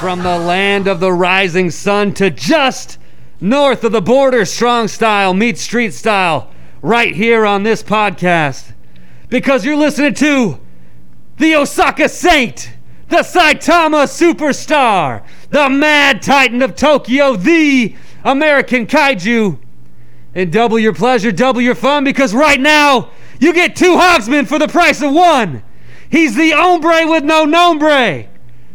From the land of the rising sun to just north of the border, strong style meets street style, right here on this podcast. Because you're listening to the Osaka Saint, the Saitama Superstar, the Mad Titan of Tokyo, the American Kaiju. And double your pleasure, double your fun, because right now you get two Hogsmen for the price of one. He's the hombre with no nombre.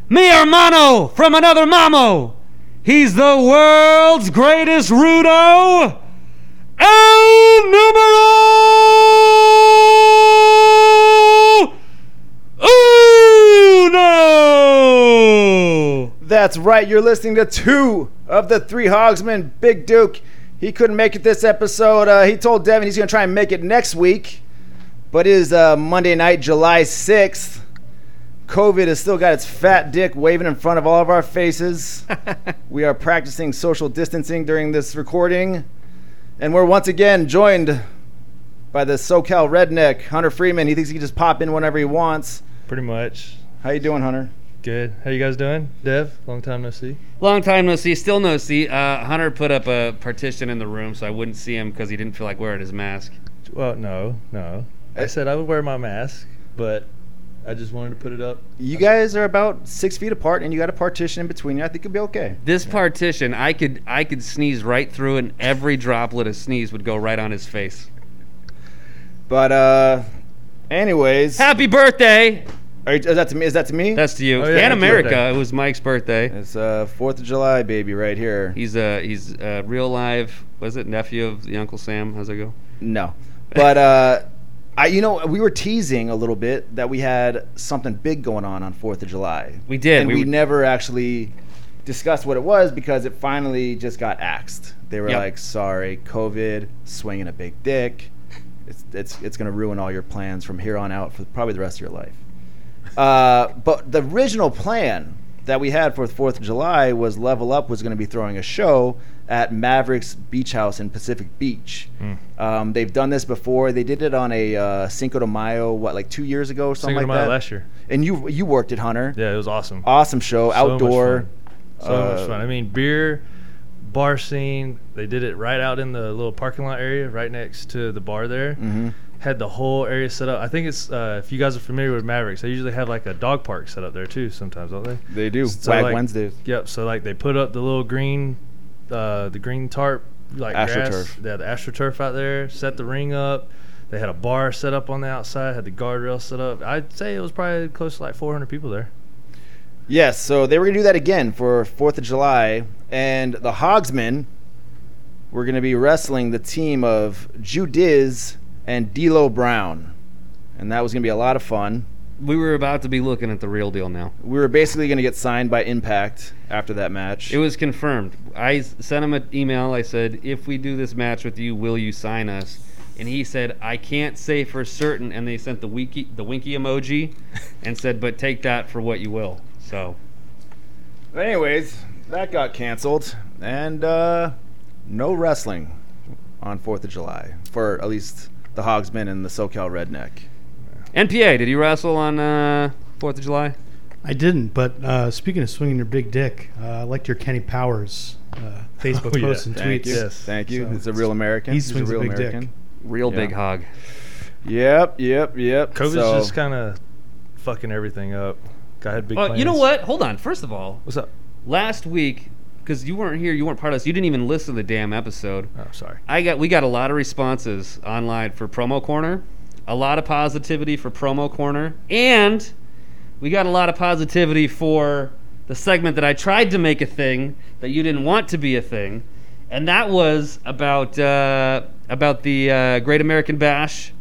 Mi hermano from another mamo. He's the world's greatest rudo. El numero uno. That's right, you're listening to two of the three Hogsmen. Big Duke, he couldn't make it this episode. Uh, he told Devin he's going to try and make it next week, but it is uh, Monday night, July 6th. COVID has still got its fat dick waving in front of all of our faces. we are practicing social distancing during this recording, and we're once again joined by the SoCal redneck, Hunter Freeman. He thinks he can just pop in whenever he wants. Pretty much. How you doing, Hunter? Good. How you guys doing? Dev, long time no see. Long time no see, still no see. Uh, Hunter put up a partition in the room so I wouldn't see him because he didn't feel like wearing his mask. Well, no, no. I said I would wear my mask, but I just wanted to put it up. You guys are about six feet apart, and you got a partition in between you. I think you'll be okay. This partition, I could I could sneeze right through, and every droplet of sneeze would go right on his face. But uh, anyways, are Happy birthday! you, is that to me? Is that to me? That's to you Oh, yeah, and happy America. birthday. It was Mike's birthday. it's uh Fourth of July, baby, right here. He's a he's a real live. Was it nephew of the Uncle Sam? How's it go? No, but uh, I you know we were teasing a little bit that we had something big going on on Fourth of July. We did. and We we, were- never actually discussed what it was because it finally just got axed. They were Yep. like, "Sorry, COVID, swinging a big dick. It's it's it's gonna ruin all your plans from here on out for probably the rest of your life." Uh, but the original plan that we had for the Fourth of July was Level Up was going to be throwing a show at Mavericks Beach House in Pacific Beach. Hmm. Um, they've done this before. They did it on a uh, Cinco de Mayo, what, like two years ago, or something Cinco de like Mayo that. last year. And you you worked at Hunter. Yeah, it was awesome. Awesome show, So much outdoor. fun. So uh, much fun. I mean, beer, bar scene. They did it right out in the little parking lot area, right next to the bar there. Mm-hmm. Had the whole area set up. I think it's uh, if you guys are familiar with Mavericks, they usually have like a dog park set up there too. Sometimes, don't they? They do So, Wag like- Wednesdays. Yep. So like they put up the little green, uh, the green tarp, like grass. AstroTurf. They had the astroturf out there. Set the ring up. They had a bar set up on the outside. Had the guardrail set up. I'd say it was probably close to like 400 people there. Yes, so they were gonna do that again for Fourth of July, and the Hogsmen were gonna be wrestling the team of Judiz and D'Lo Brown, and that was gonna be a lot of fun. We were about to be looking at the real deal now. We were basically gonna get signed by Impact after that match. It was confirmed. I s- sent him an email. I said, if we do this match with you, will you sign us? And he said, I can't say for certain. And they sent the winky, the winky emoji and said, but take that for what you will. So Anyways, that got canceled, and uh, no wrestling on Fourth of July for at least the Hogsmen and the SoCal Redneck. NPA, did you wrestle on uh, 4th of July? I didn't, but uh, speaking of swinging your big dick, uh, I liked your Kenny Powers uh, Facebook Oh, yeah. posts and Thank tweets. you, Yes. thank you. So He's a real American. he He's a swings a real big dick. American. Real Yeah. big hog. Yep, yep, yep. COVID's So- just kind of fucking everything up. Guy had big. Well, you know plans. what? Hold on. First of all, What's up? last week, because you weren't here, you weren't part of this, you didn't even listen to the damn episode. Oh, sorry. I got we got a lot of responses online for promo corner, a lot of positivity for promo corner, and we got a lot of positivity for the segment that I tried to make a thing that you didn't want to be a thing, and that was about uh, about the uh, Great American Bash.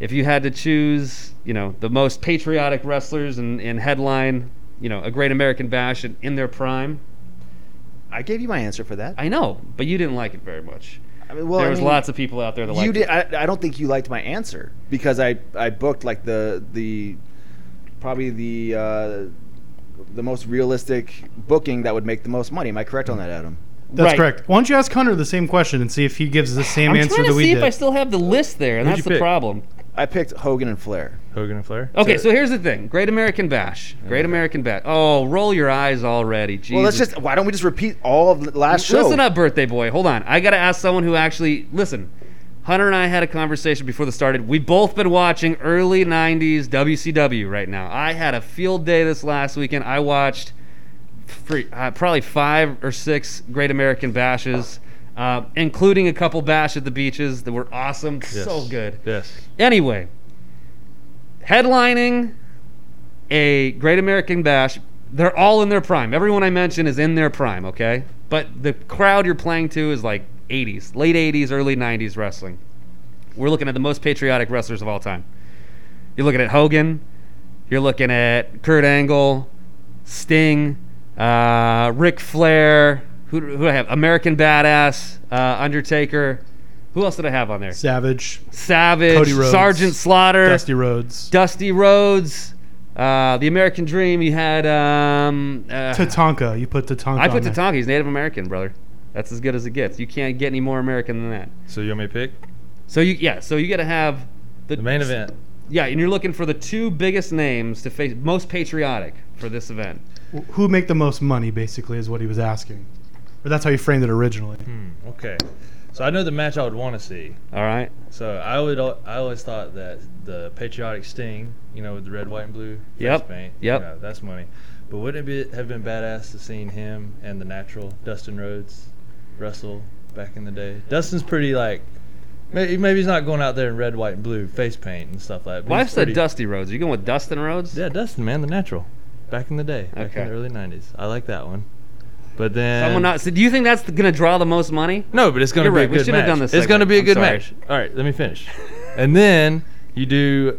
If you had to choose, you know, the most patriotic wrestlers and, and headline, you know, a Great American Bash in, in their prime. I gave you my answer for that. I know, but you didn't like it very much. I mean, well, there I was mean, lots of people out there that liked You it. did. I, I don't think you liked my answer because I, I booked like the the probably the uh, the most realistic booking that would make the most money. Am I correct on that, Adam? That's Right. correct. Why don't you ask Hunter the same question and see if he gives the same I'm answer trying that to we see did? if I still have the list there, and Who'd you that's the pick? problem. I picked Hogan and Flair. Hogan and Flair. Okay, so here's the thing. Great American Bash. Great American Bash. Oh, roll your eyes already. Jesus. Well, let's just. Why don't we just repeat all of the last show? Listen up, birthday boy. Hold on. I got to ask someone who actually. Listen, Hunter and I had a conversation before this started. We've both been watching early 90s WCW right now. I had a field day this last weekend. I watched free, uh, probably five or six Great American Bashes, uh, including a couple bash at the beaches that were awesome. Yes. So good. Yes. Anyway, headlining a Great American Bash, they're all in their prime. Everyone I mention is in their prime, okay? But the crowd you're playing to is like 80s, late 80s, early 90s wrestling. We're looking at the most patriotic wrestlers of all time. You're looking at Hogan, you're looking at Kurt Angle, Sting, uh, Ric Flair, who, who do I have? American Badass, uh, Undertaker. Who else did I have on there? Savage, Savage, Cody Rhodes, Sergeant Slaughter, Dusty, Dusty Rhodes, Rhodes, uh, the American Dream. You had um, uh, Tatanka. You put Tatanka. I put on there. Tatanka. He's Native American, brother. That's as good as it gets. You can't get any more American than that. So you want me to pick So you yeah. So you got to have the, the main event? Yeah, and you're looking for the two biggest names to face, most patriotic for this event. Wh- Who make the most money? Basically, is what he was asking, or that's how he framed it originally. Okay. So I know the match I would want to see. All right. So I would al- I always thought that the patriotic sting, you know, with the red, white, and blue face Yep, paint, yep. you know, that's money. But wouldn't it be, have been badass to seen him and the natural Dustin Rhodes wrestle back in the day? Dustin's pretty like, maybe, maybe he's not going out there in red, white, and blue face paint and stuff like that. but Well, I he's said pretty- Dusty Rhodes. Are you going with Dustin Rhodes? Yeah, Dustin, man, the natural, back in the day, back Okay. in the early '90s. I like that one. But then Someone not. So do you think that's going to draw the most money? No, but it's going to You're be right, a we good should've match. done this it's going to segment. be a I'm good sorry. match. All right, let me finish. and then you do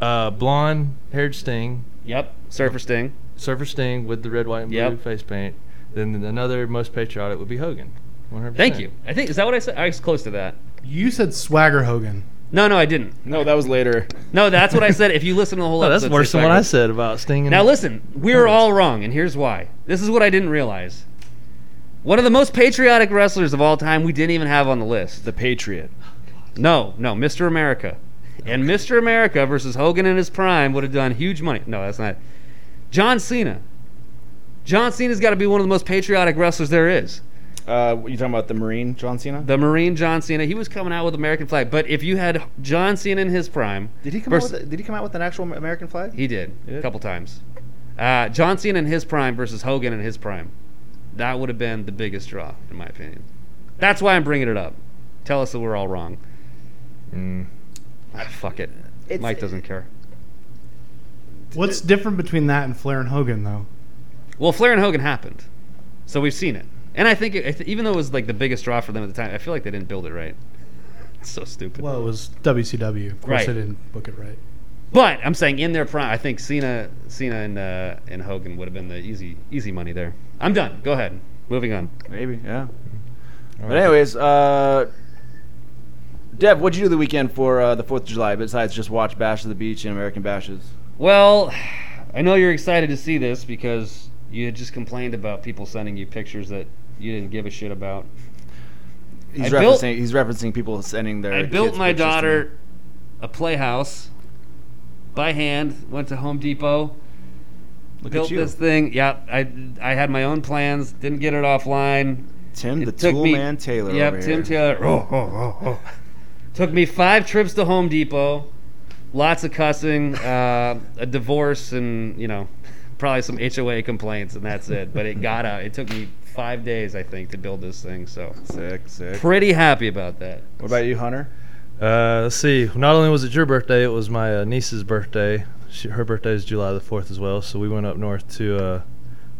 uh, blonde haired Sting, Yep. Surfer Sting. Surfer Sting with the red, white, and blue Yep. face paint. Then another most patriotic would be Hogan. 100%. Thank you. I think is that what I said? I was close to that. You said Swagger Hogan. No, no, I didn't. No, that was later. No, that's what I said. If you listen to the whole Oh, that's episode, worse it's than what I like- said about Sting. And Now listen, we were all wrong, and here's why. This is what I didn't realize. One of the most patriotic wrestlers of all time, we didn't even have on the list. The Patriot. No, no, Mr. America. And Mr. America versus Hogan in his prime would have done huge money. No, that's not. John Cena. John Cena's got to be one of the most patriotic wrestlers there is. Uh, you talking about the Marine, John Cena? The Marine John Cena, he was coming out with American flag. But if you had John Cena in his prime, Did he come Vers- out? With a, did he come out with an actual American flag? He did He a did? couple times. Uh, John Cena in his prime versus Hogan in his prime. That would have been the biggest draw, in my opinion. That's why I'm bringing it up. Tell us that we're all wrong. Mm. Ah, fuck it. It's- Mike doesn't care. What's different between that and Flair and Hogan, though? Well, Flair and Hogan happened, so we've seen it. And I think, it, I th- even though it was like the biggest draw for them at the time, I feel like they didn't build it right. It's so stupid. Well, it was WCW. Of course, Right. they didn't book it right. but I'm saying in their prime, I think Cena, Cena and uh, and Hogan would have been the easy easy money there. I'm done. Go ahead. Moving on. Maybe, yeah. But right. anyways, uh, Dev, what'd you do the weekend for uh, the Fourth of July besides just watch Bash of the Beach and American Bashes? Well, I know you're excited to see this because you had just complained about people sending you pictures that you didn't give a shit about. He's I referencing. built- he's referencing people sending their. I built kids my pictures to me. daughter a playhouse by hand. Went to Home Depot, Look built at you, this thing. Yeah, I I had my own plans. Didn't get it offline. Tim It the took Tool me- Man Taylor. Yep, over Tim here. Taylor. Oh, oh, oh, oh. Took me five trips to Home Depot. Lots of cussing, uh, a divorce, and you know, probably some HOA complaints, and that's it. But it got out. It took me five days, I think, to build this thing. So Sick, sick. pretty happy about that. What about you, Hunter? Uh, let's see. Not only was it your birthday, it was my uh, niece's birthday. She, her birthday is July the 4th as well. So we went up north to uh,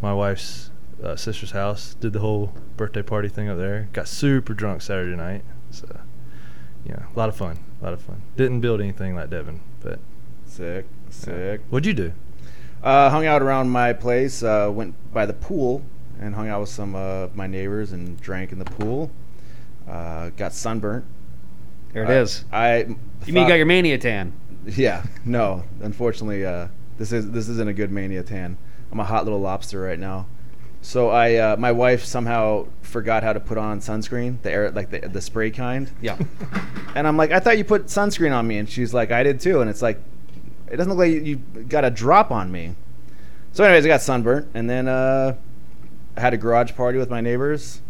my wife's uh, sister's house, did the whole birthday party thing up there. Got super drunk Saturday night. So, yeah, a lot of fun. A lot of fun. Didn't build anything like Devin, but Sick, sick. what'd you do? Uh, hung out around my place. Uh, went by the pool and hung out with some uh, my neighbors and drank in the pool. Uh, got sunburnt. There it I- is. I. You mean you got your mania tan? Yeah. No. Unfortunately, uh, this is this isn't a good mania tan. I'm a hot little lobster right now. So I, uh, my wife somehow forgot how to put on sunscreen, the air, like the, the spray kind. Yeah. And I'm like, I thought you put sunscreen on me. And she's like, I did too. And it's like, it doesn't look like you, you got a drop on me. So, anyways, I got sunburnt. And then uh, I had a garage party with my neighbors.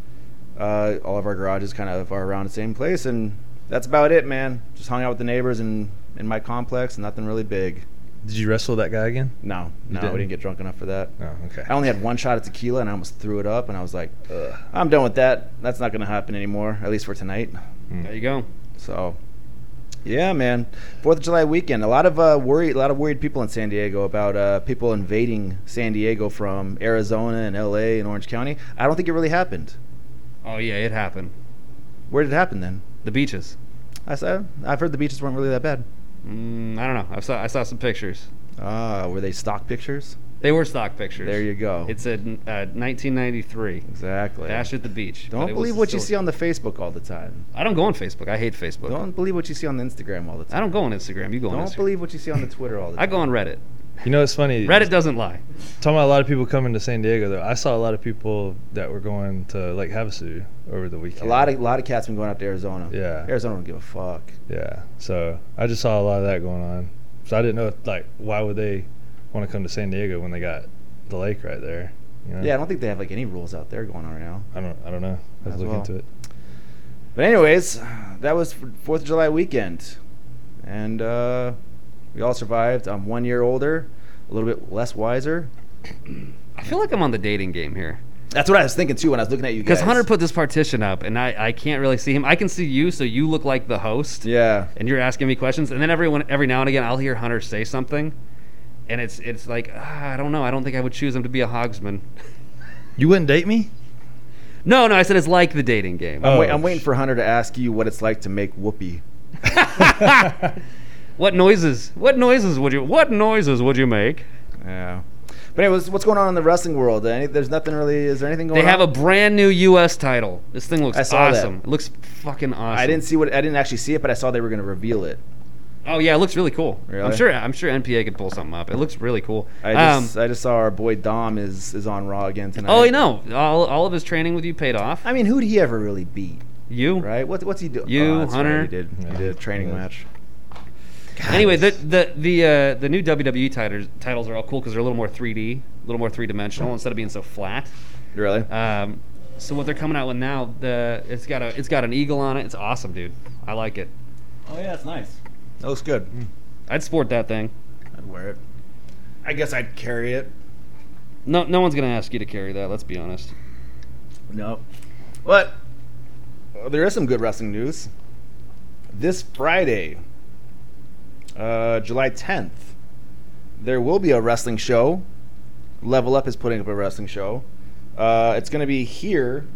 Uh, all of our garages kind of are around the same place. And that's about it, man. Just hung out with the neighbors and in my complex. Nothing really big. Did you wrestle that guy again? No, no, didn't? we didn't get drunk enough for that. Oh, okay. I only had one shot of tequila and I almost threw it up. And I was like, Ugh, I'm done with that. That's not going to happen anymore, at least for tonight. There you go. So, yeah, man. Fourth of July weekend. A lot of uh, worried, a lot of worried people in San Diego about uh, people invading San Diego from Arizona and L.A. and Orange County. I don't think it really happened. Oh yeah, it happened. Where did it happen then? The beaches. I said I've heard the beaches weren't really that bad. Mm, I don't know. I saw I saw some pictures. Ah, were they stock pictures? They were stock pictures. There you go. It said uh, 1993. exactly. Bash at the beach. but Don't it was believe what you still- see on the Facebook all the time. I don't go on Facebook. I hate Facebook. Don't believe what you see on the Instagram all the time. I don't go on Instagram. You go on Don't Instagram. believe what you see on the Twitter all the time. I go on Reddit. You know, it's funny. Reddit doesn't lie. Talking about a lot of people coming to San Diego, though. I saw a lot of people that were going to Lake Havasu over the weekend. A lot of lot of cats been going up to Arizona. Yeah. Arizona don't give a fuck. Yeah. So I just saw a lot of that going on. So I didn't know, like, why would they want to come to San Diego when they got the lake right there? You know? Yeah, I don't think they have like any rules out there going on right now. I don't. I don't know. I As was looking well. into it. But anyways, that was Fourth of July weekend, and uh, we all survived. I'm one year older, a little bit less wiser. I feel like I'm on the dating game here. That's what I was thinking too when I was looking at you guys. Because Hunter put this partition up, and I, I can't really see him. I can see you, so you look like the host. yeah, and you're asking me questions and then everyone every now and again I'll hear Hunter say something and it's it's like ah, I don't know I don't think I would choose him to be a hogsman. You wouldn't date me? No, no, I said it's like the dating game. I'm, wait, Oh, I'm waiting for Hunter to ask you what it's like to make whoopee. What noises? What noises would you what noises would you make? Yeah. But anyways, what's going on in the wrestling world? Any, there's nothing really. Is there anything going They on? have a brand new US title. This thing looks I saw that. awesome. It looks fucking awesome. I didn't see what. I didn't actually see it, but I saw they were going to reveal it. Oh yeah, it looks really cool. I'm Really? sure I'm sure NPA could pull something up. It looks really cool. I Um, just, I just saw our boy Dom is is on Raw again tonight. Oh, you know, all, all of his training with you paid off. I mean, who'd he ever really beat? You, Right? What, what's he doing? You, that's Hunter. He did. He Yeah. did a training Yeah. match. Anyway, the the the uh, the new WWE titles titles are all cool because they're a little more 3D, a little more three dimensional instead of being so flat. Really? Um, so what they're coming out with now, the it's got a it's got an eagle on it. It's awesome, dude. I like it. Oh yeah, it's nice. That looks good. I'd sport that thing. I'd wear it. I guess I'd carry it. No no one's gonna ask you to carry that. Let's be honest. No. But uh, there is some good wrestling news. This Friday, uh, July 10th, there will be a wrestling show. Level Up is putting up a wrestling show. Uh, it's going to be here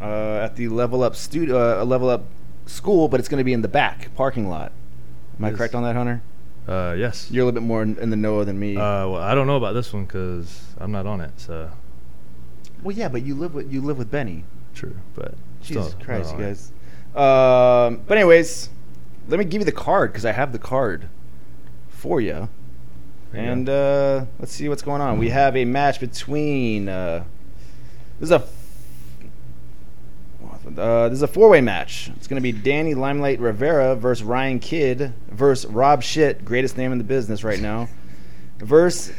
uh, at the Level Up studio, uh, Level Up school, but it's going to be in the back parking lot. Am I Yes. correct on that, Hunter? Uh, yes. You're a little bit more in, in the know than me. Uh, well, I don't know about this one because I'm not on it. So well, yeah, but you live with you live with Benny. true, but still Jesus not Christ, on you it. guys. Um, but anyways, let me give you the card because I have the card for you. There you And go. uh, let's see what's going on. We have a match between. Uh, this is a. Uh, this is a four-way match. It's going to be Danny Limelight Rivera versus Ryan Kidd versus Rob Shit, greatest name in the business right now, versus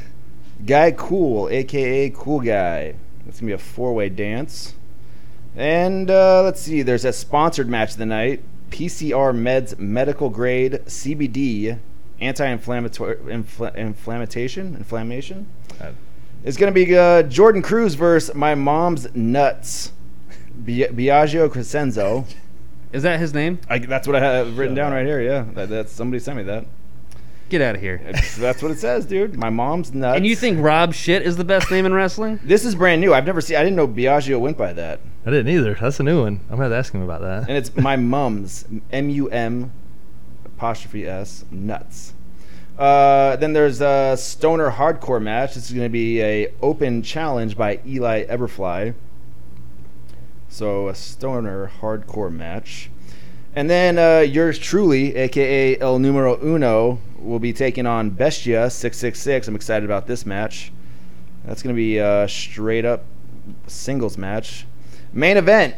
Guy Cool, aka Cool Guy. That's gonna be a four-way dance. And uh, let's see, there's a sponsored match of the night: PCR Meds Medical Grade CBD Anti-Inflammatory infl- Inflammation Inflammation. Uh, It's gonna be uh, Jordan Cruz versus My Mom's Nuts, Bi- Biagio Crescenzo. Is that his name? I, that's what I have written Shut down up. right here. Yeah, that, that's somebody sent me that. Get out of here. It's- that's what it says, dude. My mom's nuts. And you think Rob shit is the best name in wrestling? This is brand new. I've never seen. I didn't know Biagio went by that. I didn't either. That's a new one. I'm gonna have to ask him about that. And it's my mum's M U M apostrophe S nuts. Uh, then there's a stoner hardcore match. This is going to be a open challenge by Eli Eberfly. So a stoner hardcore match. And then uh, yours truly, aka El Numero Uno, will be taking on Bestia 666. I'm excited about this match. That's going to be uh, straight up singles match. Main event.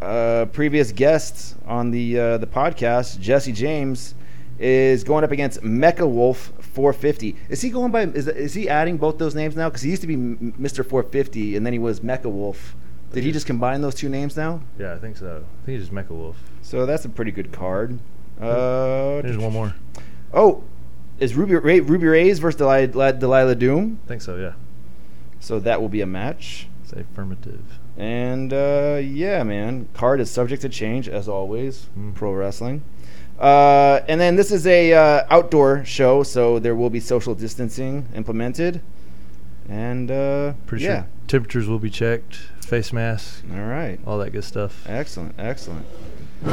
Uh, previous guest on the uh, the podcast, Jesse James, is going up against Mecha Wolf 450. Is he going by? Is, is he adding both those names now? Because he used to be M- Mr. 450, and then he was Mecha Wolf. Did he just combine those two names now? Yeah, I think so. I think he's just Mecha Wolf. So that's a pretty good card. Uh, There's one more. oh, is Ruby Ray, Ruby Rays versus Delilah, Delilah Doom? I think so. Yeah. So that will be a match. It's affirmative. And uh, yeah, man, card is subject to change as always. Mm. Pro wrestling. Uh, and then this is a uh, outdoor show, so there will be social distancing implemented. And uh, Pretty yeah, sure temperatures will be checked, face mask, all right, all that good stuff. excellent, excellent.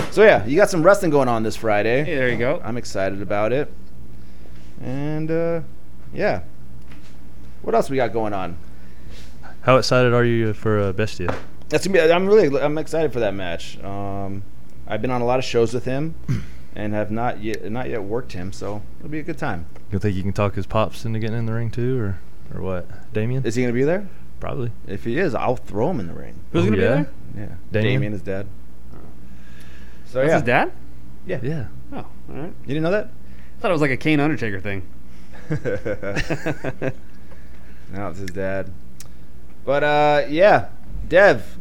So yeah, you got some wrestling going on this Friday. Hey, there you go. I'm excited about it. And uh, yeah, what else we got going on? How excited are you for uh, Bestia? That's gonna be. I'm really. I'm excited for that match. Um, I've been on a lot of shows with him, and have not yet not yet worked him. So it'll be a good time. You think you can talk his pops into getting in the ring too, or or what? Damien? Is he gonna be there? Probably. If he is, I'll throw him in the ring. Who's Oh, gonna be yeah? there? Yeah, Damien? Damien is dead. So That's yeah, his dad. Yeah. Oh, all right. you didn't know that? I thought it was like a Kane Undertaker thing. no, it's his dad. But uh, yeah, Dev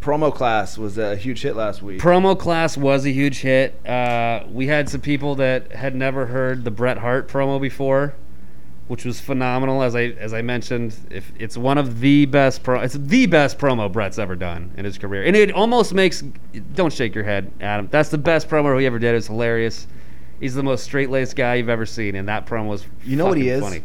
promo class was a huge hit last week. Promo class was a huge hit. Uh, we had some people that had never heard the Bret Hart promo before, which was phenomenal. As I as I mentioned, if it's one of the best pro, it's the best promo Bret's ever done in his career, and it almost makes. Don't shake your head, Adam. That's the best promo he ever did. It's hilarious. He's the most straight laced guy you've ever seen, and that promo was. You know what he fucking is? Funny.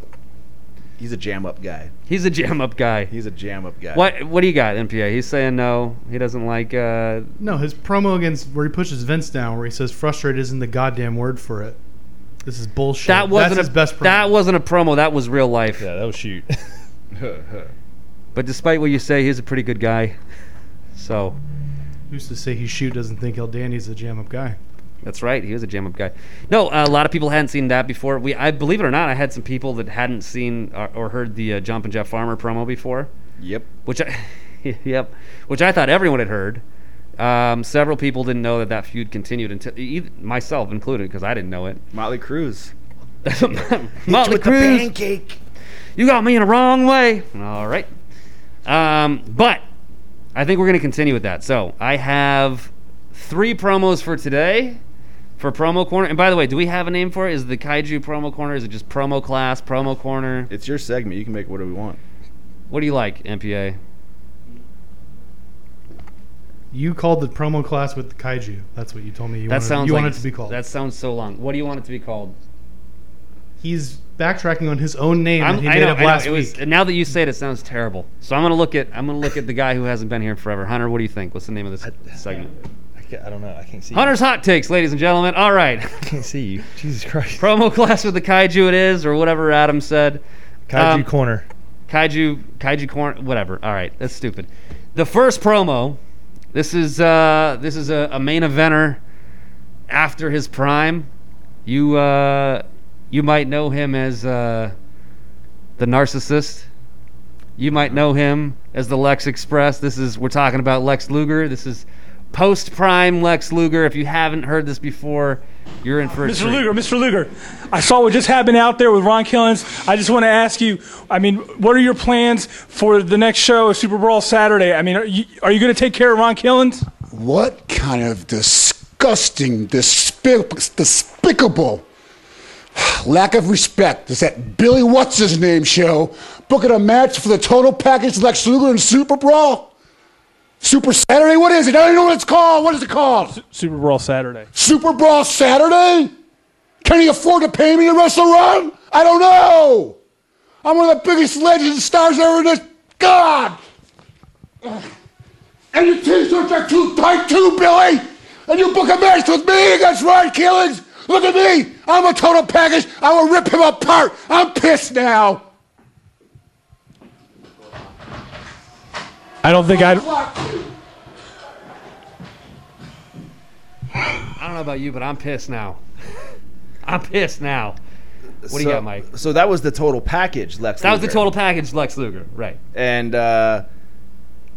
He's a jam up guy. He's a jam up guy. He's a jam up guy. What what do you got, NPA? He's saying no. He doesn't like. Uh, No, his promo against where he pushes Vince down, where he says "frustrated" isn't the goddamn word for it. This is bullshit. that wasn't That's his a, best promo. That wasn't a promo. That was real life. Yeah, that was shoot. But despite what you say, he's a pretty good guy. So Who's to say he shoot doesn't think El Dandy's a jam up guy? that's right. He was a jam up guy. No, a lot of people hadn't seen that before. We, I believe it or not, I had some people that hadn't seen or, or heard the uh, Jump and Jeff Farmer promo before, Yep. which I, yep, which I thought everyone had heard. Um, several people didn't know that that feud continued until e- myself included because I didn't know it. Motley Cruz. Motley With the Crue, pancake. you got me in a wrong way. All right. Um, but I think we're going to continue with that. So I have three promos for today for promo corner. And by the way, do we have a name for it? Is it the kaiju promo corner? Is it just promo class, promo corner? It's your segment. You can make whatever we want. What do you like, MPA? You called the promo class with the kaiju. That's what you told me. You That wanted, sounds you like want it to be called. That sounds so long. What do you want it to be called? He's backtracking on his own name that he made up last It was- week. now that you say it, it sounds terrible. So I'm gonna look at I'm gonna look at the guy who hasn't been here forever. Hunter, what do you think? What's the name of this segment? I, ca- I don't know. I can't see. Hunter's hot takes, ladies and gentlemen. All right. You. I can't see you. Jesus Christ. promo class with the kaiju it is or whatever adam said Kaiju Um, corner. kaiju kaiju corn whatever all right that's stupid the first promo this is uh this is a, a main eventer after his prime you uh you might know him as uh the narcissist you might know him as the lex express this is we're talking about lex luger this is post prime lex luger if you haven't heard this before you're in for a Mr. treat. Luger, Mr. Luger, I saw what just happened out there with Ron Killens. I just want to ask you, I mean, what are your plans for the next show of Super Brawl Saturday? I mean, are you, are you going to take care of Ron Killens? What kind of disgusting, despic- despicable lack of respect is that Billy What's His Name show booking a match for the total package Lex Luger and Super Brawl? Super Saturday? What is it? I don't even know what it's called. What is it called? Super Brawl Saturday. Super Brawl Saturday? Can he afford to pay me to wrestle Ron? I don't know. I'm one of the biggest legends and stars ever in this. God! And your t-shirts are too tight too, Billy! And you book a match with me against Ron Killings! Look at me! I'm a total package! I will rip him apart! I'm pissed now! I don't think I'd. I don't know about you, but I'm pissed now. I'm pissed now. What do you so, got, Mike? So that was the total package, Lex. That was the Luger. total package, Lex Luger. Right. And uh,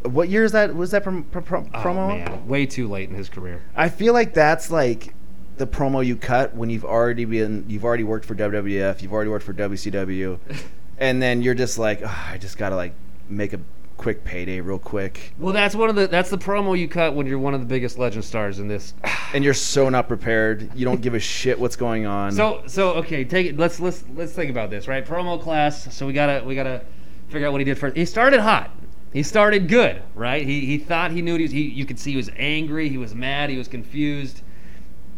What year is that? Was that prom- prom- prom- Oh, promo? man, way too late in his career. I feel like that's like the promo you cut when you've already been you've already worked for WWF, you've already worked for WCW, and then you're just like, "Ugh, I just gotta like make a quick payday real quick, Well, that's one of the that's the promo you cut when you're one of the biggest legend stars in this. and you're so not prepared. You don't give a shit what's going on. So so okay, take it. Let's let's let's think about this, right? Promo class. So we gotta we gotta figure out what he did first. He started hot. He started good, right? He he thought he knew what he was. He, you could see he was angry. He was mad. He was confused.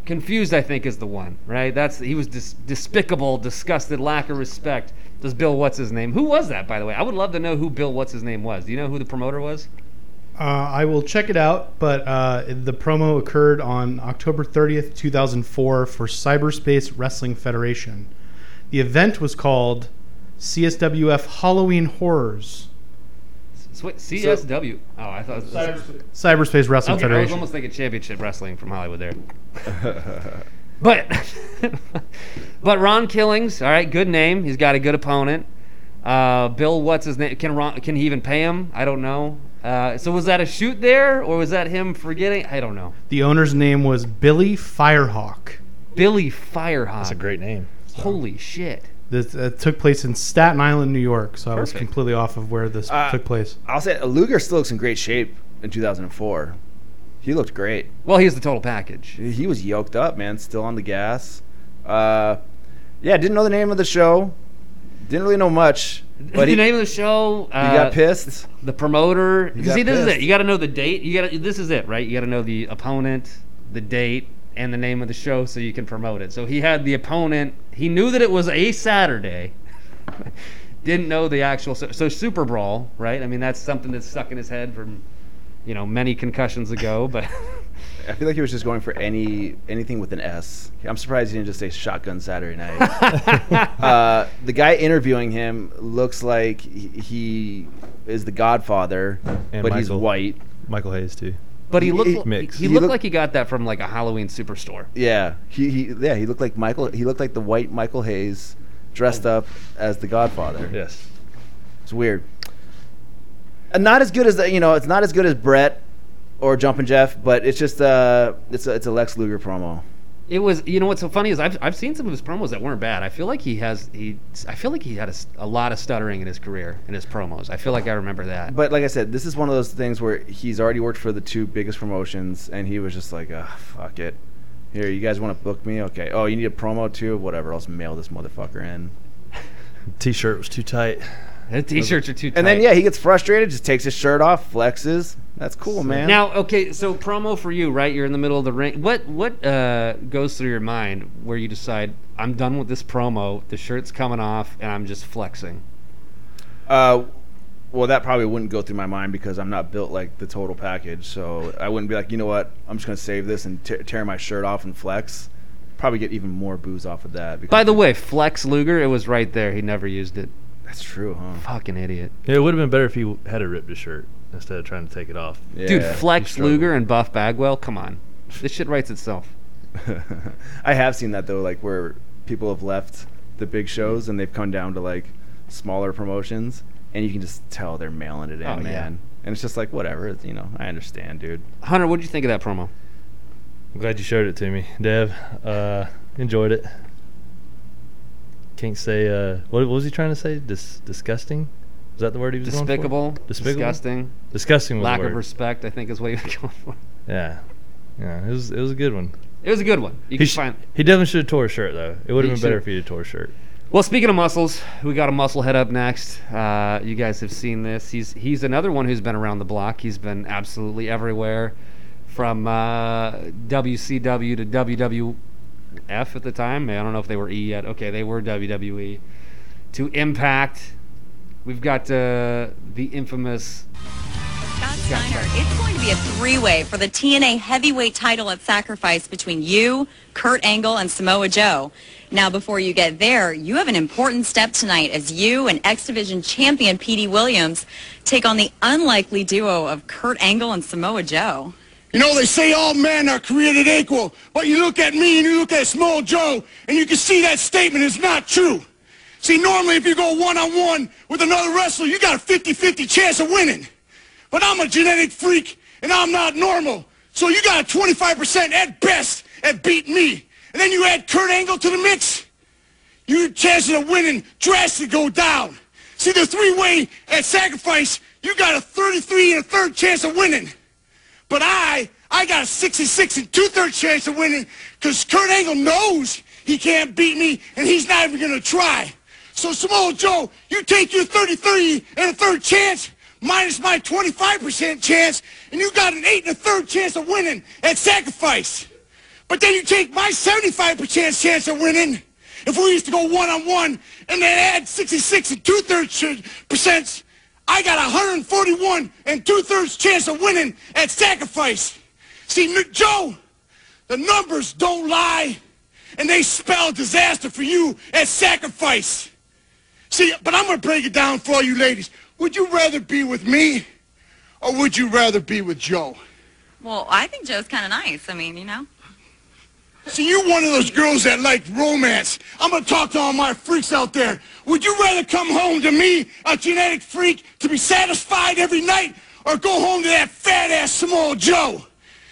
Confused, I think, is the one, right? That's he was dis- despicable, disgusted, lack of respect. Does Bill what's his name? Who was that, by the way? I would love to know who Bill what's his name was. Do you know who the promoter was? Uh, I will check it out, but uh, the promo occurred on October 30th, 2004, for Cyberspace Wrestling Federation. The event was called CSWF Halloween Horrors. Sw- CSW. oh, I thought it was Cyberspace Wrestling Okay, I was Federation. almost thinking championship wrestling from Hollywood there. but but Ron Killings, all right, good name. He's got a good opponent. Uh, Bill, what's his name? Can Ron, can he even pay him? I don't know. Uh, so was that a shoot there, or was that him forgetting? I don't know. the owner's name was Billy Firehawk. Billy Firehawk. That's a great name. Holy shit! This uh, took place in Staten Island, New York, so I was Perfect. completely off of where this Uh, took place. I'll say Luger still looks in great shape in 2004. He looked great. Well, he's the total package. He was yoked up, man. Still on the gas. Uh, yeah, didn't know the name of the show. Didn't really know much, but the he, he name of the show. Uh, got pissed. the promoter. got See, this is it. pissed. You got to know the date. You got to. This is it, right? You got to know the opponent, the date, and the name of the show so you can promote it. So he had the opponent. He knew that it was a Saturday. Didn't know the actual. So, so Super Brawl, right? I mean, that's something that's stuck in his head from, you know, many concussions ago. But I feel like he was just going for any anything with an S. I'm surprised he didn't just say Shotgun Saturday Night. uh, the guy interviewing him looks like he- he is the Godfather, And but he's Michael. white. Michael Hayes too. but he He- looked. He, mix. he He looked look- like he got that from like a Halloween superstore. Yeah, he, he yeah he looked like Michael. He looked like the white Michael Hayes, dressed Oh. up as the Godfather. Yes. It's weird. And not as good as you know. It's not as good as Brett or Jumpin' Jeff, but it's just uh, it's a, it's a Lex Luger promo. It was, you know, what's so funny is I've, I've seen some of his promos that weren't bad. I feel like he has he I feel like he had a, s- a lot of stuttering in his career in his promos. I feel like I remember that. But like I said, this is one of those things where he's already worked for the two biggest promotions, and he was just like, ah, fuck it. Here, you guys want to book me? Okay. Oh, you need a promo too? Whatever. I'll just mail this motherfucker in. T-shirt was too tight. His t-shirts are too. And then yeah, he gets frustrated, just takes his shirt off, flexes. That's cool, man. Now, okay, so promo for you, right? You're in the middle of the ring. What what uh, goes through your mind where you decide I'm done with this promo? The shirt's coming off, and I'm just flexing. uh, well, that probably wouldn't go through my mind because I'm not built like the total package. So I wouldn't be like, you know what? I'm just gonna save this and te- tear my shirt off and flex. Probably get even more booze off of that. Because By the way, Flex Luger, it was right there. He never used it. that's true, huh? Fucking idiot, Yeah, it would have been better if he w- had a ripped his shirt instead of trying to take it off. dude. Yeah. Flex struggled. Luger and Buff Bagwell. Come on, this shit writes itself. I have seen that though, like where people have left the big shows and they've come down to like smaller promotions, and you can just tell they're mailing it in, Oh, yeah. man. And it's just like whatever, it's- you know. I understand, dude. Hunter, what did you think of that promo? I'm glad you showed it to me, Dev. Uh, enjoyed it. Can't say uh, what, what was he trying to say? Dis- disgusting. Is that the word he was going for? Despicable, Despicable? disgusting, Disgusting. Was lack the of word. respect. I think is what he was going for. Yeah, yeah. It was it was a good one. It was a good one. You He, can sh- find. he definitely should have tore a shirt though. It would He have been better should- if he had tore a shirt. Well, speaking of muscles, we got a muscle head up next. Uh, you guys have seen this. He's he's another one who's been around the block. He's been absolutely everywhere, from uh, WCW to WWF at the time. I don't know if they were E yet. Okay, they were WWE to Impact. We've got uh, the infamous Scott Steiner, it's going to be a three-way for the TNA heavyweight title at Sacrifice between you, Kurt Angle, and Samoa Joe. Now, before you get there, you have an important step tonight as you and X Division champion Petey Williams take on the unlikely duo of Kurt Angle and Samoa Joe. You know, they say all men are created equal, but you look at me and you look at Small Joe, and you can see that statement is not true. See, normally if you go one-on-one with another wrestler, you got a 50-50 chance of winning. But I'm a genetic freak, and I'm not normal. So you got a 25% at best at beating me. And then you add Kurt Angle to the mix, your chances of winning drastically go down. See, the three-way at sacrifice, you got a 33 and a third chance of winning. But I, I got a 66 and two-thirds chance of winning because Kurt Angle knows he can't beat me and he's not even going to try. So Samoa Joe, you take your 33 and a third chance minus my 25% chance and you got an eight and a third chance of winning at sacrifice. But then you take my 75% chance of winning if we used to go one-on-one and then add 66 and two-thirds percent I got 141 and two-thirds chance of winning at sacrifice. See, Mick Joe, the numbers don't lie, and they spell disaster for you at sacrifice. See, but I'm going to break it down for all you ladies. Would you rather be with me, or would you rather be with Joe? Well, I think Joe's kind of nice. I mean, you know. See, you're one of those girls that like romance. I'm gonna talk to all my freaks out there. Would you rather come home to me, a genetic freak, to be satisfied every night, or go home to that fat ass Samoa Joe?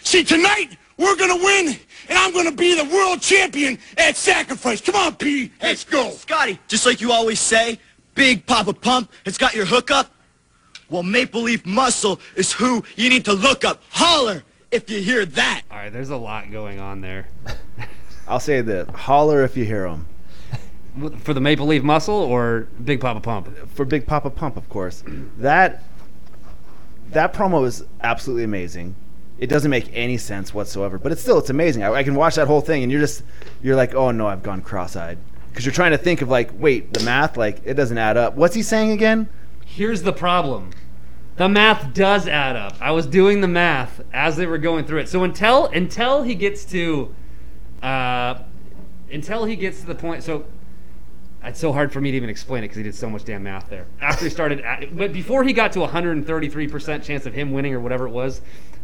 See, tonight we're gonna win, and I'm gonna be the world champion at sacrifice. Come on, P, let's go. Scotty, just like you always say, Big Papa Pump has got your hookup. Well, Maple Leaf Muscle is who you need to look up. Holler if you hear that. All right, there's a lot going on there. I'll say this: holler if you hear him. For the Maple Leaf Muscle or Big Papa Pump? for Big Papa Pump, of course. That that promo is absolutely amazing. It doesn't make any sense whatsoever, but it's still it's amazing. I, I can watch that whole thing, and you're just you're like, oh no, I've gone cross-eyed because you're trying to think of like, wait, the math like it doesn't add up. What's he saying again? Here's the problem. The math does add up. I was doing the math as they were going through it. So until until he gets to uh, until he gets to the point so it's so hard for me to even explain it because he did so much damn math there. After he started, at- but before he got to 133% chance of him winning or whatever it was,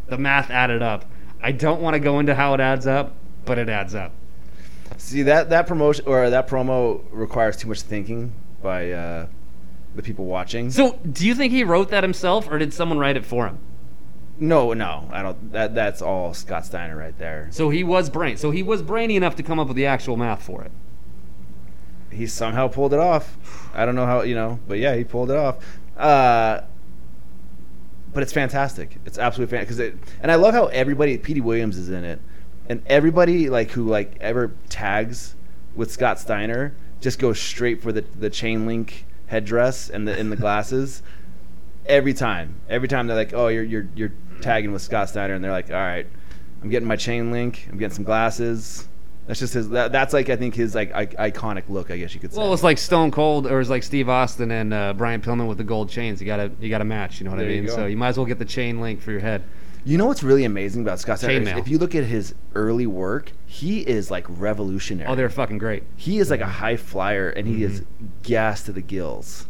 the math added up. I don't want to go into how it adds up, but it adds up. See that that promotion or that promo requires too much thinking by uh, the people watching. So, do you think he wrote that himself, or did someone write it for him? no, no, I don't. That that's all Scott Steiner right there. So he was brain. So he was brainy enough to come up with the actual math for it. he somehow pulled it off. I don't know how, you know, but yeah, he pulled it off. Uh, but it's fantastic. It's absolutely fantastic. Cause it, and I love how everybody, Petey Williams is in it, and everybody like who like ever tags with Scott Steiner just goes straight for the the chain link headdress and the in the glasses. Every time, every time they're like, "Oh, you're you're you're tagging with Scott Steiner," and they're like, "All right, I'm getting my chain link. I'm getting some glasses." That's just his. That, that's like I think his like I- iconic look. I guess you could say. Well, it's like Stone Cold, or it's like Steve Austin and uh, Brian Pillman with the gold chains. You gotta, you gotta match. You know what There I you mean? go. so you might as well get the chain link for your head. You know what's really amazing about Scott Steiner? is Chainmail. If you look at his early work, he is like revolutionary. Oh, they're fucking great. he is like a high flyer, and he is gassed to the gills.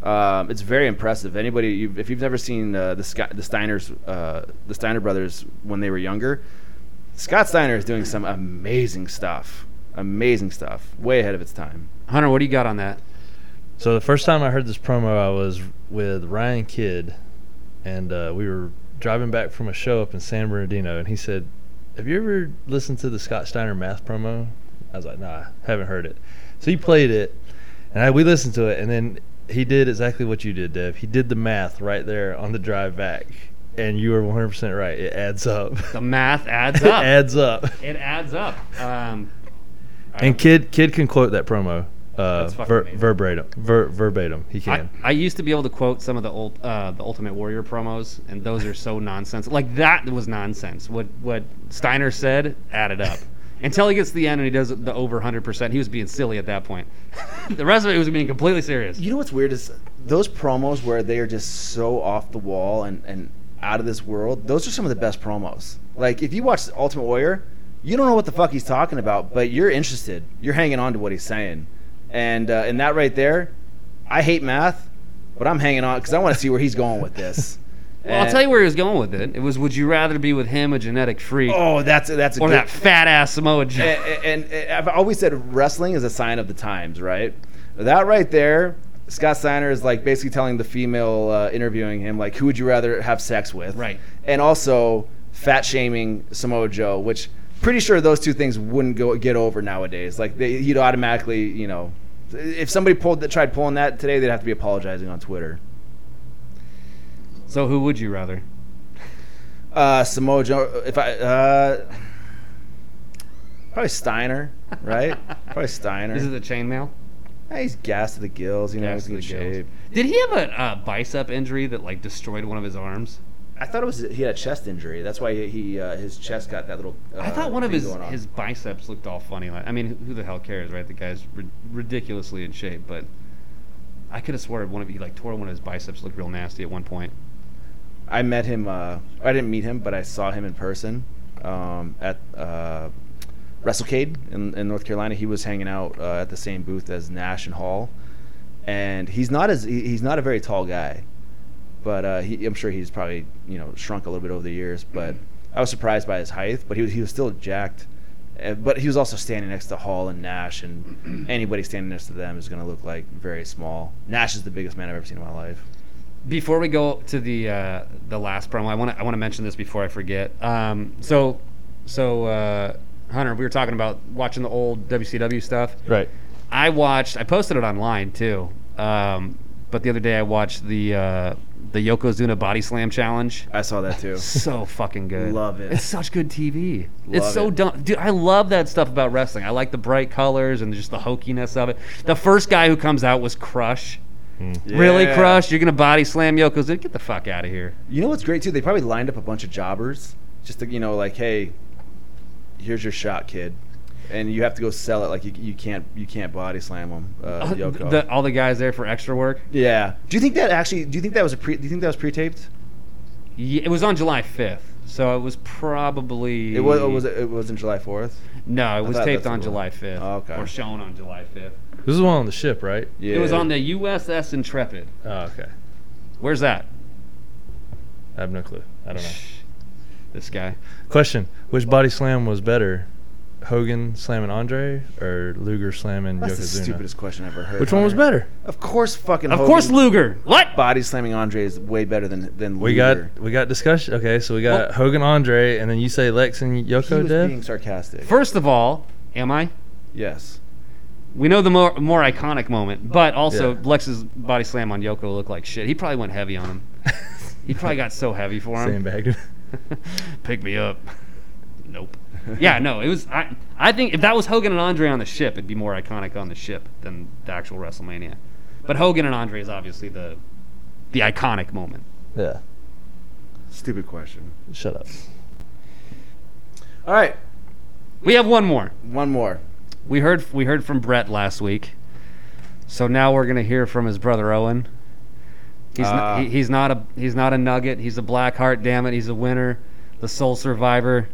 Um, it's very impressive. Anybody, you if you've never seen uh, the Scott, the Steiners, uh, the Steiner brothers when they were younger, Scott Steiner is doing some amazing stuff. Amazing stuff. Way ahead of its time. Hunter, what do you got on that? So the first time I heard this promo, I was with Ryan Kidd, and uh, we were driving back from a show up in San Bernardino, and he said, "Have you ever listened to the Scott Steiner math promo?" I was like, "Nah, haven't heard it." So he played it, and I, we listened to it, and then he did exactly what you did, Dev. He did the math right there on the drive back, and you were 100% right. It adds up. The math adds it up. adds up. it adds up. Um, And Kid Kid can quote that promo. Uh, That's fucking ver- amazing. verbatim, ver- verbatim. He I, can. I used to be able to quote some of the old uh, the Ultimate Warrior promos, and those are so nonsense. Like that was nonsense. What what Steiner said added up until he gets to the end and he does the over hundred percent. He was being silly at that point. the rest of it was being completely serious. You know what's weird is those promos where they are just so off the wall and, and out of this world. Those are some of the best promos. Like if you watch Ultimate Warrior, you don't know what the fuck he's talking about, but you're interested. You're hanging on to what he's saying, and uh, and that right there, I hate math, but I'm hanging on because I want to see where he's going with this. Well, I'll tell you where he was going with it. It was, would you rather be with him, a genetic freak, Oh, that's that's a or good, that fat ass Samoa Joe? and, and, and I've always said wrestling is a sign of the times, right? That right there Scott Steiner is like basically telling the female uh, interviewing him like, who would you rather have sex with? Right. And also fat shaming Samoa Joe, which pretty sure those two things wouldn't go get over nowadays. Like they, he'd automatically, you know, if somebody pulled that tried pulling that today, they'd have to be apologizing on Twitter. So who would you rather? Uh, Samoa Joe. If I uh, probably Steiner, right? probably Steiner. Is it the chainmail? Eh, he's gassed to the gills. You know, Gassed he's in good to the gills. shape. Did he have a uh, bicep injury that like destroyed one of his arms? I thought it was he had a chest injury. That's why he, he uh, his chest got that little. Uh, I thought one of thing his going on. his biceps looked all funny. Like, I mean, who the hell cares, right? The guy's ri- ridiculously in shape, but I could have sworn one of he like tore one of his biceps looked real nasty at one point. I met him. Uh, I didn't meet him, but I saw him in person um, at uh, WrestleCade in, in North Carolina. He was hanging out uh, at the same booth as Nash and Hall, and he's not as he, he's not a very tall guy, but uh, he, I'm sure he's probably you know shrunk a little bit over the years. But I was surprised by his height, but he was he was still jacked. Uh, But he was also standing next to Hall and Nash, and anybody standing next to them is going to look like very small. Nash is the biggest man I've ever seen in my life. Before we go to the uh, the last promo, I want to I want to mention this before I forget. Um, so so uh, Hunter, we were talking about watching the old WCW stuff. Right. I watched. I posted it online too. Um, but the other day I watched the uh, the Yokozuna Body Slam Challenge. I saw that too. So fucking good. Love it. It's such good TV. it's Love so it. dumb, dude. I love that stuff about wrestling. I like the bright colors and just the hokiness of it. The first guy who comes out was Crush. Really, Yeah. Crush? You're gonna body slam Yokozuna? Get the fuck out of here. You know what's great too? They probably lined up a bunch of jobbers just to, you know, like, hey, here's your shot, kid, and you have to go sell it. Like you, you can't you can't body slam them, uh, Yoko. The- all the guys there for extra work. yeah. Do you think that actually? Do you think that was a pre? Do you think that was pre-taped? Yeah, it was on July 5th, so it was probably. It was. It was. It wasn't July Fourth. No, it was thought taped that's on what- July 5th. Oh, okay. Or shown on July 5th. This is one on the ship, right? Yeah. It was on the USS Intrepid. Oh, okay. Where's that? I have no clue. I don't know. This guy. Question: Which body slam was better, Hogan slamming Andre or Luger slamming That's the Yokozuna? stupidest question I've ever heard. Which one was Hunter. better? Of course, fucking. Of Hogan. course, Luger. What? Body slamming Andre is way better than than We Luger. got we got discussion. Okay, so we got Hogan Andre, and then you say Lex and He Yoko was Dev. being sarcastic. First of all, am I? yes. We know the more more iconic moment, but also Yeah. Lex's body slam on Yoko looked like shit. He probably went heavy on him. he probably got so heavy for him. Sandbagged. Pick me up. Nope. yeah, no. It was. I I think if that was Hogan and Andre on the ship, it'd be more iconic on the ship than the actual WrestleMania. But Hogan and Andre is obviously the the iconic moment. yeah. Stupid question. Shut up. All right, We have one more. one more. We heard we heard from Brett last week, so now we're gonna hear from his brother Owen. He's not, Uh. Ah. he, he's not a he's not a nugget. He's a black heart. Damn it, he's a winner, the sole survivor.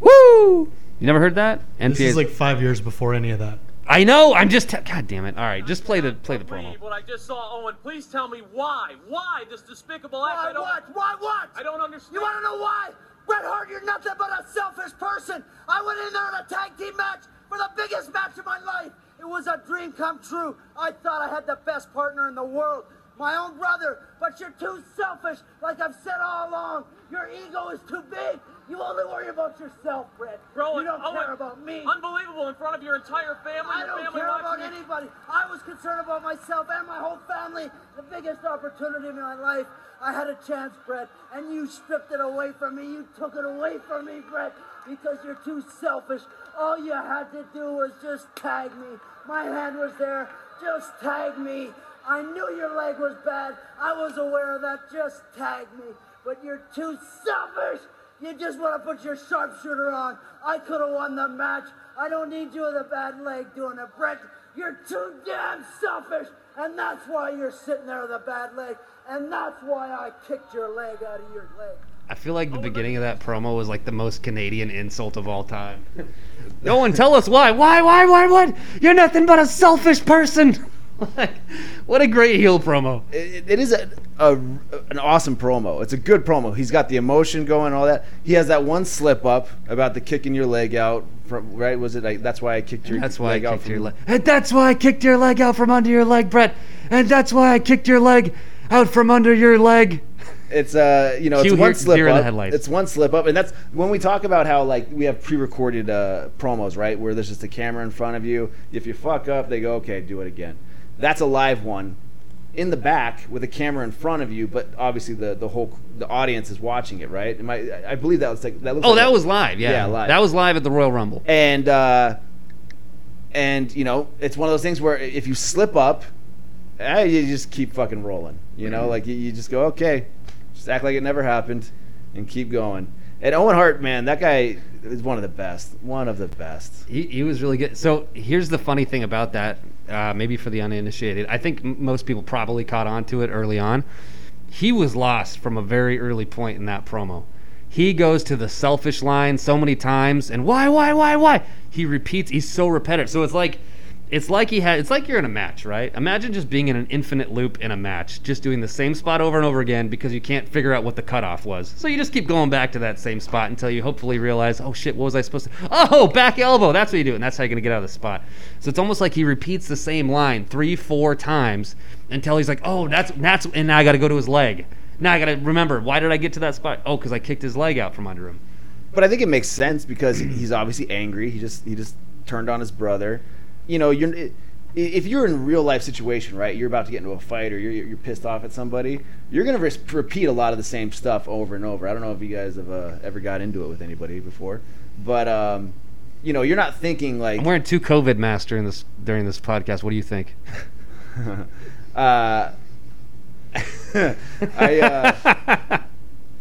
Woo! You never heard that? NPA. This is like five years before any of that. I know. I'm just. T- God damn it! All right, just play the play the promo. What I just saw, Owen. Please tell me why. Why this despicable act? Why I don't, what? Why what? I don't understand. You want to know why? Bret Hart, you're nothing but a selfish person. I went in there in a tag team match for the biggest match of my life. It was a dream come true. I thought I had the best partner in the world, my own brother. But you're too selfish, like I've said all along. Your ego is too big. You only worry about yourself, Bret. Rowan, you don't Owen, care about me. Unbelievable in front of your entire family. I your don't family care about watching you. anybody. I was concerned about myself and my whole family. The biggest opportunity in my life. I had a chance, Brett, and you stripped it away from me. You took it away from me, Brett, because you're too selfish. All you had to do was just tag me. My hand was there. Just tag me. I knew your leg was bad. I was aware of that. Just tag me. But you're too selfish. You just want to put your sharpshooter on. I could have won the match. I don't need you with a bad leg doing it, Brett. You're too damn selfish, and that's why you're sitting there with a bad leg, and that's why I kicked your leg out of your leg. I feel like the beginning of that promo was like the most Canadian insult of all time. no one tell us why. Why, why, why, what? You're nothing but a selfish person. like, what a great heel promo. it, it is a, a- an awesome promo. It's a good promo. He's got the emotion going, all that. He has that one slip up about the kicking your leg out from right. Was it like that's why I kicked your That's why I leg out kicked from your leg. That's why I kicked your leg out from under your leg, Brett. and that's why I kicked your leg out from under your leg. It's uh, you know, it's Cue one here- slip deer in up. the headlights. It's one slip up, and that's when we talk about how like we have pre-recorded uh, promos, right? Where there's just a camera in front of you. If you fuck up, they go, "Okay, do it again." That's a live one, in the back with a camera in front of you, but obviously the the whole the audience is watching it, right? Am I, I believe that was like that. Looks Oh, like that a- was live. Yeah, Yeah, live. That was live at the Royal Rumble. and uh, and you know it's one of those things where if you slip up eh, you just keep fucking rolling you know like you, you just go okay just act like it never happened and keep going and owen hart man that guy is one of the best one of the best He, he was really good. So here's the funny thing about that. Uh, maybe for the uninitiated, I think m- most people probably caught on to it early on. He was lost from a very early point in that promo. He goes to the selfish line so many times, and why, why, why, why? He repeats. He's so repetitive. So it's like, it's like he had. It's like you're in a match, right? Imagine just being in an infinite loop in a match, just doing the same spot over and over again because you can't figure out what the cutoff was. So you just keep going back to that same spot until you hopefully realize, oh shit, what was I supposed to? Oh, back elbow. That's what you do, and that's how you're gonna get out of the spot. So it's almost like he repeats the same line three, four times until he's like, oh, that's that's, and now I got to go to his leg. Now I got to remember why did I get to that spot? Oh, because I kicked his leg out from under him. but i think it makes sense because he's obviously angry he just he just turned on his brother you know you're i- if you're in a real life situation right you're about to get into a fight or you're, you're pissed off at somebody you're going to res- repeat a lot of the same stuff over and over i don't know if you guys have uh, ever got into it with anybody before but um, you know you're not thinking like I'm wearing two COVID masks during this during this podcast. What do you think? uh, I, uh,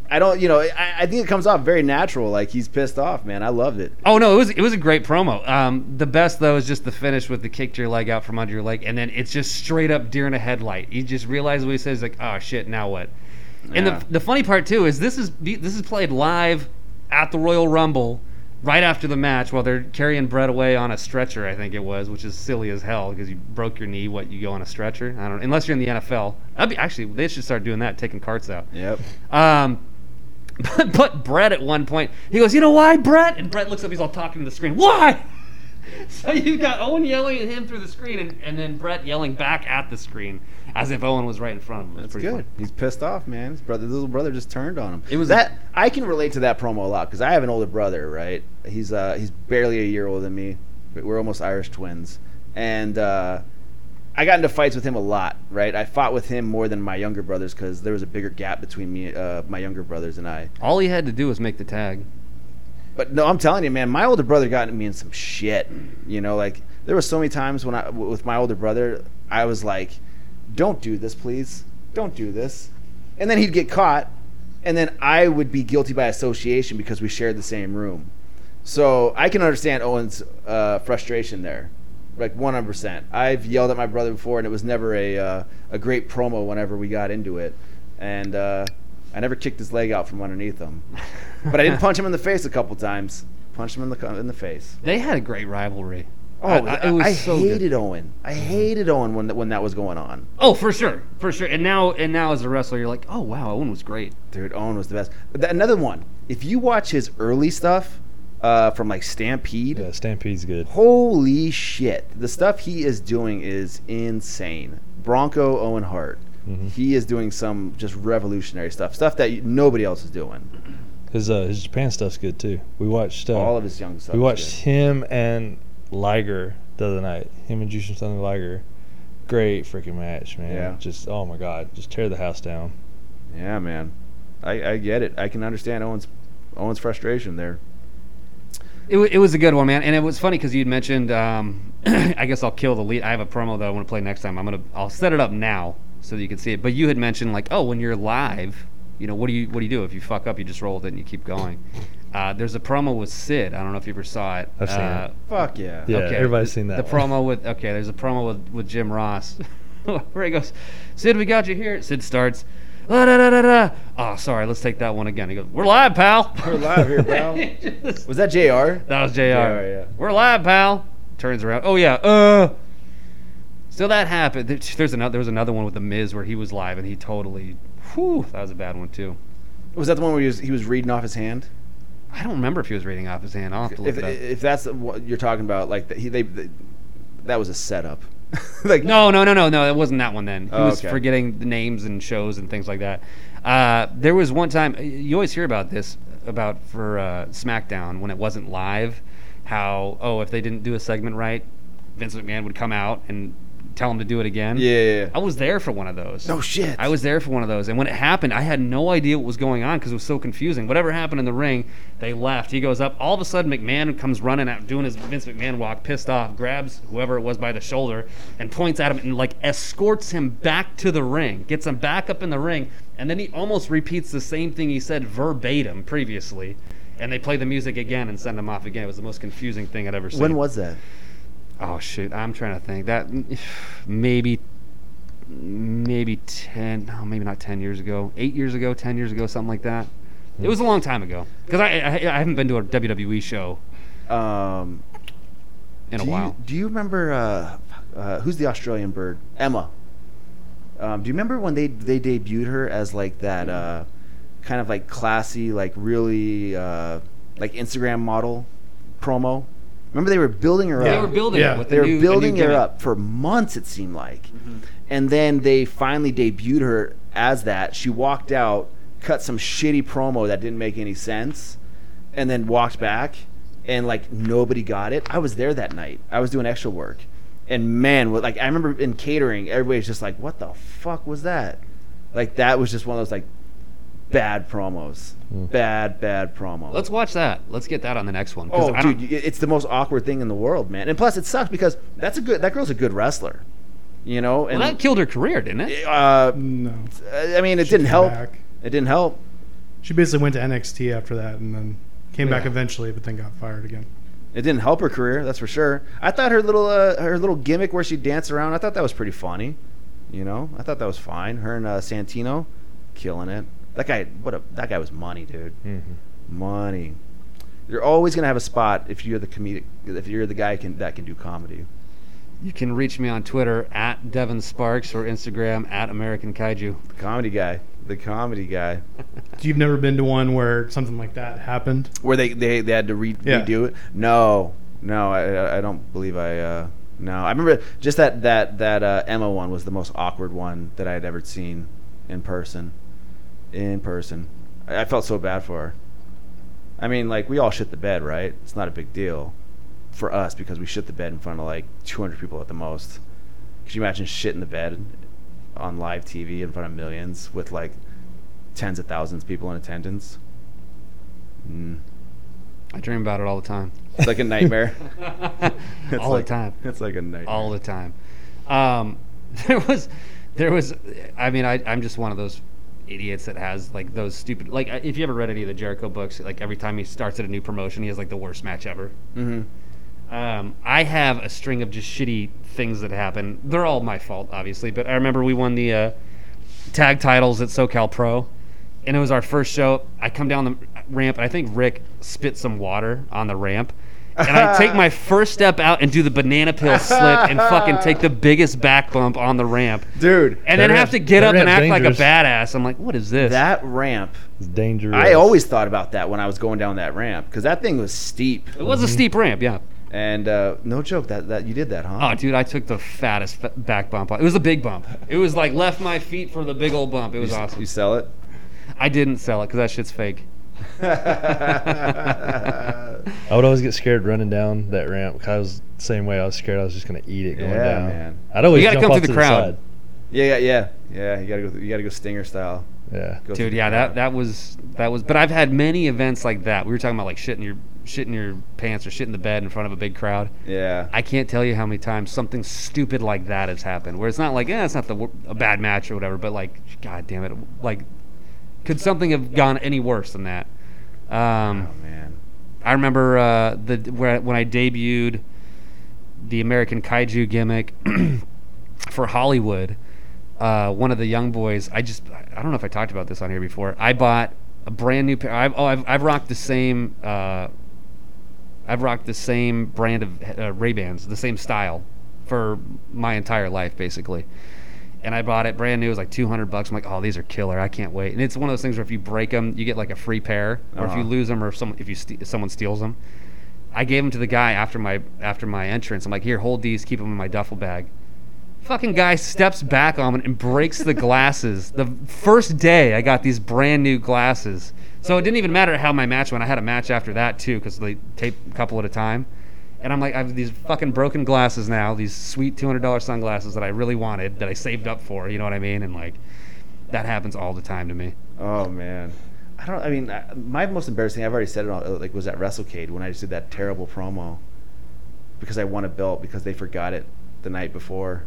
I don't, you know, I, I think it comes off very natural. Like he's pissed off, man. I loved it. Oh no, it was it was a great promo. Um, the best though is just the finish with the kick to your leg out from under your leg, and then it's just straight up deer in a headlight. You just realize what he says, like, oh shit, now what? And Yeah. the the funny part too is this is be- this is played live at the Royal Rumble right after the match while they're carrying Brett away on a stretcher, I think it was, which is silly as hell because you broke your knee, what you go on a stretcher? I don't unless you're in the NFL. That'd be, actually, they should start doing that, taking carts out. Yep. Um, but, but Brett at one point, he goes, "You know why, Brett?" And Brett looks up. He's all talking to the screen. Why? so you got Owen yelling at him through the screen, and, and then Brett yelling back at the screen as if Owen was right in front of him. That's It's good. He's pissed off, man. His brother, his little brother, just turned on him. It was that. I can relate to that promo a lot because I have an older brother, right? He's uh, he's barely a year older than me. but We're almost Irish twins, and uh, I got into fights with him a lot, right? I fought with him more than my younger brothers because there was a bigger gap between me, uh, my younger brothers, and I. All he had to do was make the tag. But no, I'm telling you, man, my older brother got me in some shit. You know, like there were so many times when I, w- with my older brother, I was like, "Don't do this, please. Don't do this," and then he'd get caught, and then I would be guilty by association because we shared the same room. So I can understand Owen's uh, frustration there, like 100%. I've yelled at my brother before, and it was never a uh, a great promo whenever we got into it, and uh, I never kicked his leg out from underneath him, but I did punch him in the face a couple times. Punched him in the co- in the face. They had a great rivalry. Oh, I- I, I- it was I so good. Mm-hmm. hated Owen. I hated Owen when when that was going on. Oh, for sure, for sure. And now, and now as a wrestler, you're like, oh wow, Owen was great. Dude, Owen was the best. But th- another one. If you watch his early stuff uh, from like Stampede, Yeah, Stampede's good. Holy shit. The stuff he is doing is insane. Bronco Owen Hart. Mm-hmm. He is doing some just revolutionary stuff, stuff that nobody else is doing. His uh, his Japan stuff's good too. We watched uh, All of his young stuff. we is watched him and Liger the other night. Him and Jushin Thunder Liger. Great freaking match, man. Yeah. Just oh my god, just tear the house down. good. Yeah, man. I, I get it. I can understand Owen's Owen's frustration there. It, wa- it was a good one, man, and it was funny because you'd mentioned. Um, I guess I'll kill the lead. I have a promo that I want to play next time. I'm gonna I'll set it up now so that you can see it. But you had mentioned like, oh, when you're live, you know, what do you what do you do if you fuck up? You just roll with it and you keep going. Uh, there's a promo with Sid. I don't know if you ever saw it. I've seen Uh, it. Fuck yeah. Yeah, Okay. everybody's the- seen that. The one. promo with okay, there's a promo with, with Jim Ross where he goes, Sid, we got you here. Sid starts, "La da da da da. Oh, sorry, let's take that one again. He goes, We're live, pal. We're live here, pal. was that JR? That was JR. yeah. We're live, pal. Turns around. Oh yeah. Uh. So that happened. There- There's another. There was another one with the Miz where he was live and he totally. Whew, that was a bad one too. Was that the one where he was, he was reading off his hand? I don't remember if he was reading off his hand. I'll have to look If, it up. if that's what you're talking about, like that, he, they, that was a setup. like No, no, no, no, no. It wasn't that one then. He Oh, was okay. forgetting the names and shows and things like that. Uh, there was one time you always hear about this about for uh, SmackDown when it wasn't live. How oh if they didn't do a segment right, Vince McMahon would come out and tell him to do it again. Yeah, yeah, yeah. I was there for one of those. No shit. I was there for one of those, and when it happened, I had no idea what was going on because it was so confusing. Whatever happened in the ring, they left. He goes up. All of a sudden, McMahon comes running out, doing his Vince McMahon walk, pissed off, grabs whoever it was by the shoulder, and points at him and like escorts him back to the ring, gets him back up in the ring, and then he almost repeats the same thing he said verbatim previously. And they play the music again and send him off again. It was the most confusing thing I'd ever seen. when was that? Oh shoot, I'm trying to think. That maybe maybe 10, no, maybe not 10 years ago. 8 years ago, 10 years ago, something like that. It was a long time ago cuz I, I I haven't been to a WWE show Um, in a do while. You, do you remember uh, uh, who's the Australian bird? Emma. Um, do you remember when they they debuted her as like that uh, kind of like classy, like really uh, like Instagram model promo? Remember they were building her They up. were building Yeah. it with they the were new- the new building her gimmick. Mm-hmm. up for months it seemed like and then they finally debuted her as that she walked out cut some shitty promo that didn't make any sense and then walked back and like nobody got it i was there that night i was doing extra work and man what- like i remember in catering everybody's just like what the fuck was that like that was just one of those like bad promos Mm. bad bad promos Let's watch that. Let's get that on the next one 'cause Oh, I don't- dude, it- it's the most awkward thing in the world, man. And plus, it sucks because that's a good. That girl's a good wrestler, you know. And well, that killed her career, didn't it? uh, No. I mean, it She didn't came help. back. It didn't help. She basically went to NXT after that and then came back eventually, but then got fired again. It didn't help her career. That's for sure. I thought her little uh, her little gimmick where she danced around. I thought that was pretty funny. You know, I thought that was fine. Her and uh, Santino, killing it. That guy, what a that guy was money, dude. Mm-hmm. Money. You're always gonna have a spot if you're the comedic. If you're the guy can that can do comedy. You can reach me on Twitter at Devin Sparks or Instagram at American Kaiju. The comedy guy. The comedy guy. So you've never been to one where something like that happened? where they they, they had to re- Yeah. redo it. No, no, I- I I don't believe I. Uh, no, I remember just that that that uh, Emma one was the most awkward one that I had ever seen in person. In person, I, I felt so bad for her. I mean, like we all shit the bed, right? It's not a big deal for us because we shit the bed in front of like 200 people at the most. Could you imagine shitting the bed on live TV in front of millions with like tens of thousands of people in attendance? I dream about it all the time. It's like a nightmare. It's all like- the time. It's like a nightmare. all the time. Um, there was, there was. I mean, I, I'm just one of those idiots that has like those stupid. Like, if you ever read any of the Jericho books, like every time he starts at a new promotion, he has like the worst match ever. Um, I have a string of just shitty things that happen. They're all my fault, obviously. But I remember we won the uh, tag titles at SoCal Pro, and it was our first show. I come down the ramp, and I think Rick spit some water on the ramp. And I take my first step out and do the banana peel slip and fucking take the biggest back bump on the ramp. Dude, And then That have ramp- to get that up and act ramp's like a badass. I'm like, what is this? that ramp. It's dangerous. I always thought about that when I was going down that ramp because that thing was steep. it Mhm. was a steep ramp, yeah. And uh, no joke, that that you did that, huh? Oh, dude, I took the fattest fa- back bump. It was a big bump. It was like left my feet for the big old bump. It was you, s- awesome. you sell it? I didn't sell it because that shit's fake. I would always get scared running down that ramp. 'cause I was the same way. I was scared I was just gonna eat it going Yeah, down. man. I'd always You gotta jump come off through the to crowd. side. Yeah, yeah, yeah, yeah. You gotta go. You gotta go stinger style. Yeah. Go Dude, through yeah, the that crowd. that was that was. But I've had many events like that. We were talking about like shit in your shit in your pants or shit in the bed in front of a big crowd. Yeah. I can't tell you how many times something stupid like that has happened. Where it's not like, eh, it's not the wor- a bad match or whatever, but like, god damn it, like, could something have gone any worse than that? Um, oh man. I remember uh, the where I- when I debuted the American Kaiju gimmick for Hollywood. Uh, one of the young boys, I just I don't know if I talked about this on here before. I bought a brand new pair. I've, oh, I've I've rocked the same. Uh, I've rocked the same brand of uh, Ray Bans, the same style, for my entire life basically. And I bought it brand new. It was like 200 bucks. I'm like, oh, these are killer. I can't wait. And it's one of those things where if you break them, you get like a free pair, or if you lose them, or if someone if you ste- if someone steals them. I gave them to the guy after my after my entrance. I'm like, here, hold these, keep them in my duffel bag. Fucking guy steps back on it and breaks the glasses. The first day I got these brand new glasses. So it didn't even matter how my match went. I had a match after that too because they tape a couple at a time. And I'm like, I have these fucking broken glasses now, these sweet $200 sunglasses that I really wanted, that I saved up for, you know what I mean? And like, that happens all the time to me. Oh man, I don't. I mean, I- my most embarrassing. I've already said it. All, like was at WrestleCade when I just did that terrible promo because I won a belt because they forgot it the night before.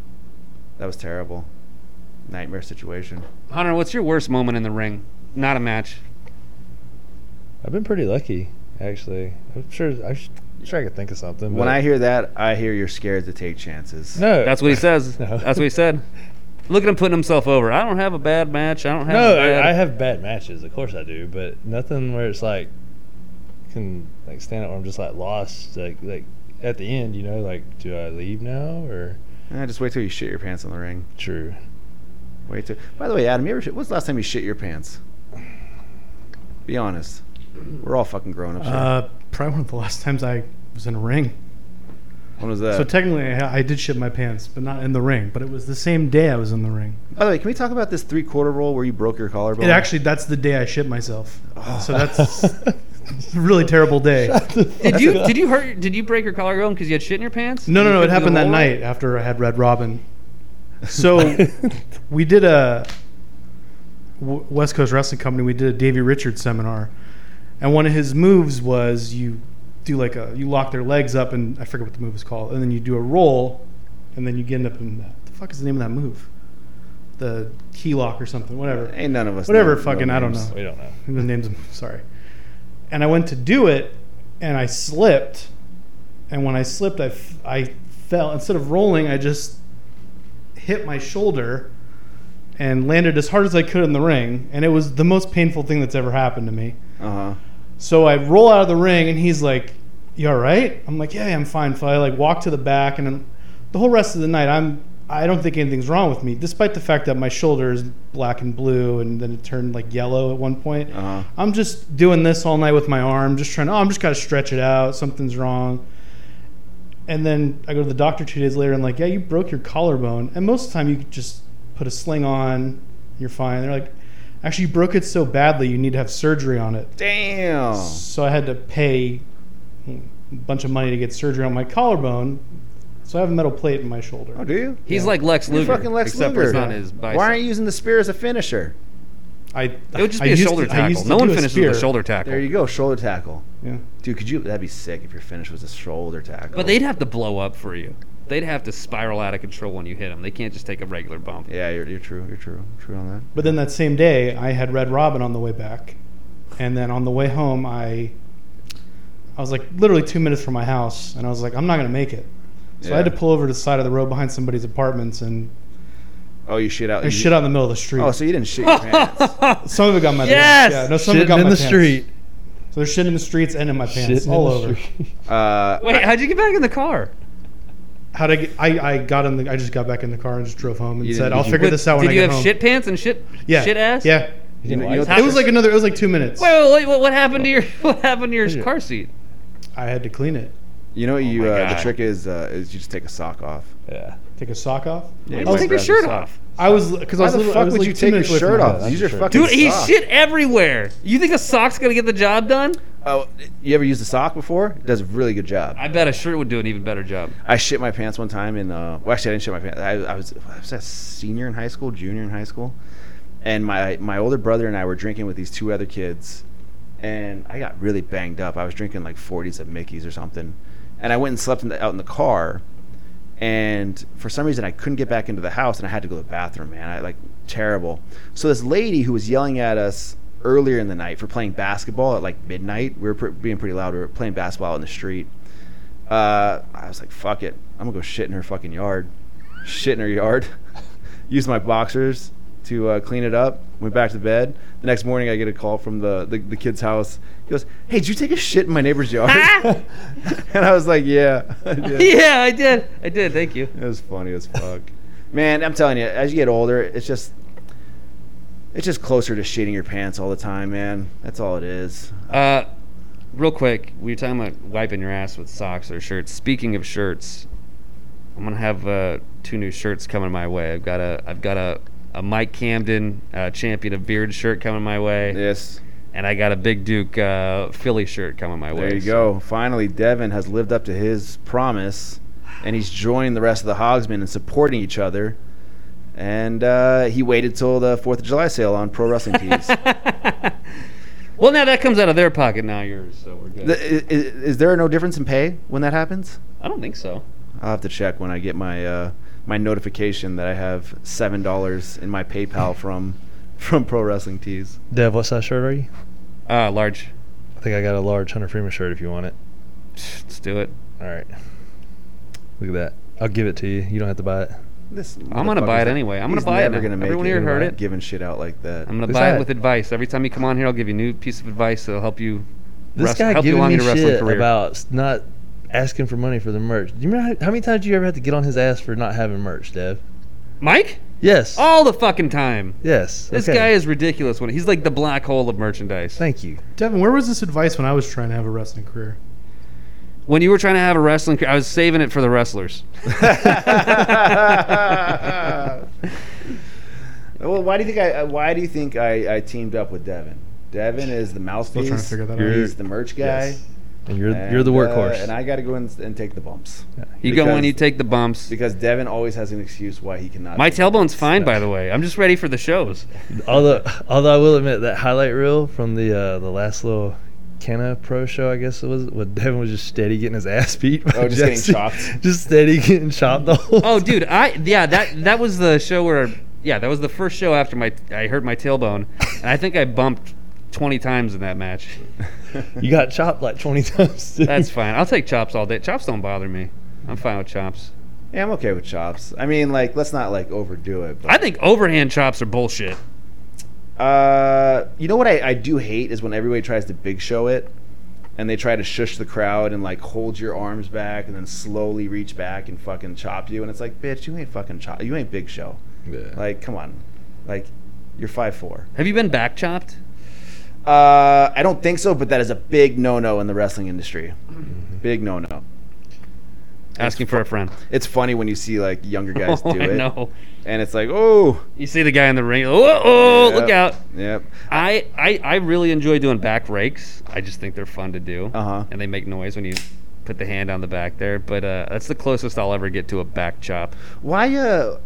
That was terrible. Nightmare situation. Hunter, what's your worst moment in the ring? Not a match. I've been pretty lucky, actually. I'm sure. I'm sure I could think of something. When but- I hear that, I hear you're scared to take chances. no, That's what he says. No. That's what he said. Look at him putting himself over. I don't have a bad match. I don't have no, a bad. I, I have bad matches. Of course I do, but nothing where it's like can like stand out where I'm just like lost. Like like at the end, you know, like do I leave now or Eh, just wait till you shit your pants in the ring. true? Wait till. By the way, Adam, you ever? Shit, when's the last time you shit your pants? Be honest. We're all fucking grown ups. here. Uh, probably one of the last times I was in a ring. when was that? So technically, I, I did shit my pants, but not in the ring. But it was the same day I was in the ring. By the way, can we talk about this three quarter roll where you broke your collarbone? It actually, that's the day I shit myself. So that's a really terrible day. did you did you hurt? Did you break your collarbone because you had shit in your pants? No, no, You no. It couldn't do the happened that roll? night after I had Red Robin. So we did a W- West Coast Wrestling Company. We did a Davey Richards seminar, and one of his moves was you do like a you lock their legs up, and I forget what the move is called, and then you do a roll, and then you end up in the, the fuck is the name of that move? The key lock or something, whatever. ain't none of us. Whatever, know- fucking, know I don't names. know. We don't know. The name's sorry. And I went to do it, and I slipped. And when I slipped, I, f- I fell. Instead of rolling, I just hit my shoulder and landed as hard as I could in the ring. And it was the most painful thing that's ever happened to me. Uh huh. So I roll out of the ring, and he's like, "You all right?" I'm like, "Yeah, I'm fine." So I like walk to the back, and then the whole rest of the night, I'm I don't think anything's wrong with me, despite the fact that my shoulder is black and blue, and then it turned like yellow at one point. Uh-huh. I'm just doing this all night with my arm, just trying. Oh, I'm just gotta stretch it out. Something's wrong. And then I go to the doctor two days later, and like, "Yeah, you broke your collarbone." And most of the time, you could just put a sling on, you're fine. They're like, "Actually, you broke it so badly, you need to have surgery on it." Damn. Oh, So I had to pay a bunch of money to get surgery on my collarbone. So I have a metal plate in my shoulder. Oh, do you? He's like Lex You're Luger, fucking Lex except Luger. it's on his bicep. Why aren't you using the spear as a finisher? I, It would just I be a used shoulder to- I tackle. used to No one do finishes with a spear. shoulder tackle. There you go, shoulder tackle. Yeah. Dude, could you? That'd be sick if your finish was a shoulder tackle. But they'd have to blow up for you. They'd have to spiral out of control when you hit them. They can't just take a regular bump. Yeah, you're, you're true. You're true. True on that. But then that same day, I had Red Robin on the way back, and then on the way home, I I was like literally two minutes from my house, and I was like, I'm not gonna make it. So I had to Yeah. pull over to the side of the road behind somebody's apartments and Oh, you shit out. I you, shit out in the middle of the street. Oh, so you didn't shit your pants. some of it got in my Yes! pants. Yeah, no, some of it got in my the pants. street. So there's shit in the streets and in my pants, Shitting in all the over. street. Uh, Wait, how'd you get back in the car? How did I get? I, I got in the. I just got back in the car and just drove home and You said, didn't- "I'll did you- figure Wait, this out when did I you get have home." shit pants and shit yeah. shit ass? Yeah. you know, you know- It was like another. It was like two minutes. Wait, wait, wait, what, what happened to your what happened to your car seat? I had to clean it. you know what you. my uh, the God. trick is uh, is you just take a sock off. Yeah. Take a sock off. Why you did you might take your grab the shirt sock. off? I was because I Why was. the little- I fuck was, would like, you two take your minutes away from shirt my off? house. Use your shirt. fucking Dude, he sock. shit everywhere. You think a sock's gonna get the job done? Oh, you ever used a sock before? It does a really good job. I bet a shirt would do an even better job. I shit my pants one time in. Uh, well, actually, I didn't shit my pants. I, I was I was a senior in high school, junior in high school, and my my older brother and I were drinking with these two other kids, and I got really banged up. I was drinking like 40s of Mickey's or something, and I went and slept in the, out in the car, and for some reason I couldn't get back into the house, and I had to go to the bathroom. Man, I like terrible. So this lady who was yelling at us earlier in the night for playing basketball at like midnight, we were pr- being pretty loud. We were playing basketball out in the street uh, I was like, fuck it. I'm gonna go shit in her fucking yard. Shit in her yard. Use my boxers to uh, clean it up. Went back to bed. The next morning, I get a call from the, the, the kid's house. He goes, hey, did you take a shit in my neighbor's yard? and I was like, yeah. I did. Yeah, I did. I did. Thank you. It was funny as fuck. Man, I'm telling you, as you get older, it's just. It's just closer to shitting your pants all the time, man. That's all it is. Uh, real quick, we were talking about wiping your ass with socks or shirts. Speaking of shirts, I'm gonna have uh, two new shirts coming my way. I've got a I've got a, a Mike Camden uh, champion of beard shirt coming my way, Yes. and I got a Big Duke uh, Philly shirt coming my way. There you so- go. Finally, Devin has lived up to his promise, and he's joined the rest of the Hogsmen in supporting each other. And uh, he waited till the Fourth of July sale on pro wrestling tees. The- Well, now that comes out of their pocket, now yours. So we're good. i- i- is, there no difference in pay when that happens? I don't think so. I'll have to check when I get my uh, my notification that I have seven dollars in my PayPal from from pro wrestling tees. Dev, what size shirt are you? Uh, large. I think I got a large Hunter Freeman shirt if you want it. Let's do it. All right. Look at that. I'll give it to you. You don't have to buy it. This I'm gonna buy it anyway. I'm gonna He's buy it. never now. Gonna make Everyone it. here We're heard not it. Giving shit out like that. I'm gonna This buy guy- it with advice. Every time you come on here, I'll give you a new piece of advice that'll help you. This wrest- guy help you giving along me your wrestling shit career. about s- not asking for money for the merch. Do you remember how, how many times you ever had to get on his ass for not having merch, Dev? Mike Yes. all the fucking time. Yes. This okay. guy is ridiculous. When he's like the black hole of merchandise. Thank you. Devin, where was this advice when I was trying to have a wrestling career? When you were trying to have a wrestling, career, I was saving it for the wrestlers. Well, why do you think I? uh, Why do you think I, I teamed up with Devin? Devin is the mouthpiece. trying to figure that out. He's the merch guy. Yes. And you're and, you're the uh, workhorse. and I got to go in and take the bumps You go Because- in, you take the bumps. because Devin always has an excuse why he cannot. My take the tailbone's fine, by the way. I'm just ready for the shows. although although I will admit that highlight reel from the uh, the last little Kenna Pro show, I guess it was, when Devin was just steady getting his ass beat. by Oh, just getting Jesse. chopped. Just steady getting chopped the whole. Oh, dude, I yeah that that was the show where yeah that was the first show after my I hurt my tailbone, and I think I bumped 20 times in that match. You got chopped like twenty times. dude. That's fine. I'll take chops all day. Chops don't bother me. I'm fine with chops. Yeah, I'm okay with chops. I mean, like, let's not like overdo it. But I think overhand chops are bullshit. Uh, you know what I, I do hate is when everybody tries to big show it and they try to shush the crowd and like hold your arms back and then slowly reach back and fucking chop you and it's like bitch you ain't fucking chop you ain't big show like come on like you're five four Have you been back chopped? uh i don't think so but that is a big no-no in the wrestling industry big no-no Asking for a friend. it's funny when you see like younger guys Oh, do I it know. and it's like oh You see the guy in the ring. Oh, oh look Yep. out! yep I, I I really enjoy doing back rakes. I just think they're fun to do, Uh-huh. and they make noise when you put the hand on the back there. But uh, that's the closest I'll ever get to a back chop. Why? Uh,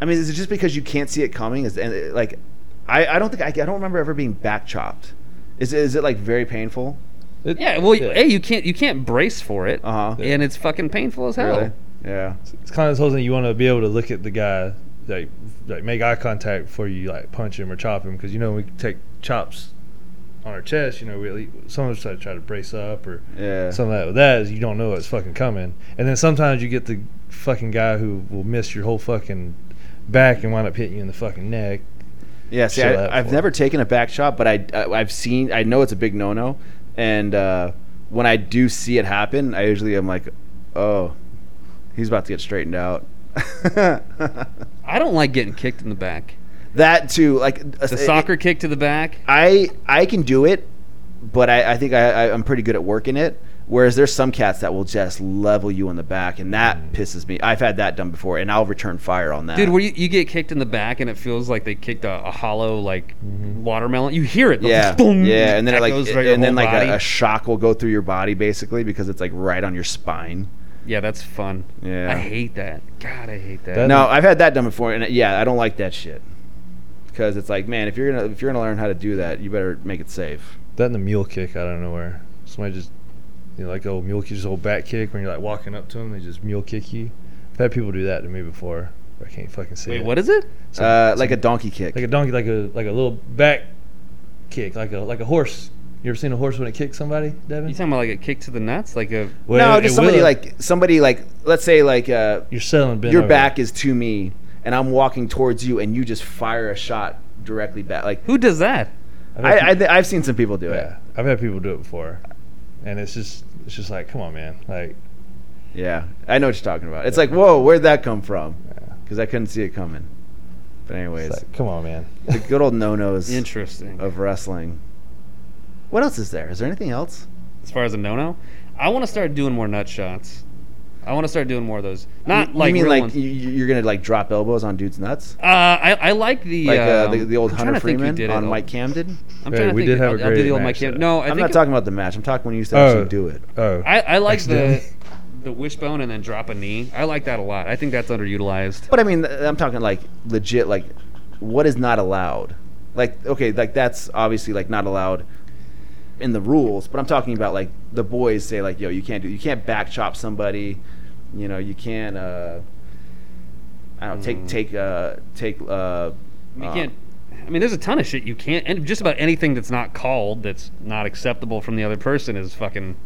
I mean, is it just because you can't see it coming? Is and uh, like, I, I don't think I, I don't remember ever being back chopped. Is it, is it like very painful? It- Yeah, well, hey, you can't you can't brace for it, Uh-huh. and it's fucking painful as hell. Yeah. it's kind of this whole thing you want to be able to look at the guy like like make eye contact before you like punch him or chop him because you know when we take chops on our chest you know we at least, some of us like, try to brace up or Yeah. some of that with that is you don't know it's fucking coming and then sometimes you get the fucking guy who will miss your whole fucking back and wind up hitting you in the fucking neck Yeah. See, Show that I, I've for. never taken a back chop, but I, I I've seen. I know it's a big no-no, and uh, when I do see it happen, I usually am like, oh, he's about to get straightened out. I don't like getting kicked in the back. that too, like a, The soccer kick to the back. I I can do it, but I, I think I, I, I'm pretty good at working it. Whereas there's some cats that will just level you in the back, and that pisses me. I've had that done before, and I'll return fire on that. Mm. Dude, where you, you get kicked in the back and it feels like they kicked a, a hollow like watermelon. You hear it, Mm-hmm. yeah, boom, yeah, and then it like, echoes it- through your and then whole like body. a, a shock will go through your body basically because it's like right on your spine. yeah, that's fun. Yeah. I hate that. God, I hate that. That- No, I've had that done before, and yeah, I don't like that shit because it's like, man, if you're gonna if you're gonna learn how to do that, you better make it safe. that and the mule kick out of nowhere somebody just you know like old mule kick just old back kick when you're like walking up to them they just mule kick you I've had people do that to me before I can't fucking see Wait, it. what is it? Uh, like a donkey kick. like a donkey, like a like a little back kick, like a like a horse. You ever seen a horse when it kicks somebody, You Devin? talking about like a kick to the nuts? Like a no, it- just it somebody will. like somebody like let's say like uh, you're selling. bent your over. back is to me and I'm walking towards you and you just fire a shot directly back. Like who does that? I've had I, I peop- th- I've seen some people do it. yeah, I've had people do it before, and it's just it's just like, come on, man, like Yeah, I know what you're talking about. It's like, whoa, where'd that come from? Because I couldn't see it coming. But anyways, it's like come on, man. the good old no nos Interesting. of wrestling. What else is there? Is there anything else? As far as a no no, I want to start doing more nut shots. I want to start doing more of those. Not like you mean real like ones. you, you're gonna like drop elbows on dudes' nuts, Uh, I, I like the like uh, um, the, the old I'm trying Hunter to think who Freeman did it. on I'll- Mike Camden? I'm Hey, trying to we think. did have I'll, a I'll do great the old Mike match, Camden. No, though. I I'm think not it- talking about the match. I'm talking when you used to actually do it. Oh, I, I like the Accidentally. the wishbone and then drop a knee. I like that a lot. I think that's underutilized. But I mean, th- I'm talking like legit, like what is not allowed? Like okay, like that's obviously like not allowed in the rules. But I'm talking about like the boys say like, yo, you can't do, you can't back chop somebody, you know, you can't, uh, I don't know, take take uh, take. Uh, You uh, can't. I mean, there's a ton of shit you can't. And just about anything that's not called, that's not acceptable from the other person, is fucking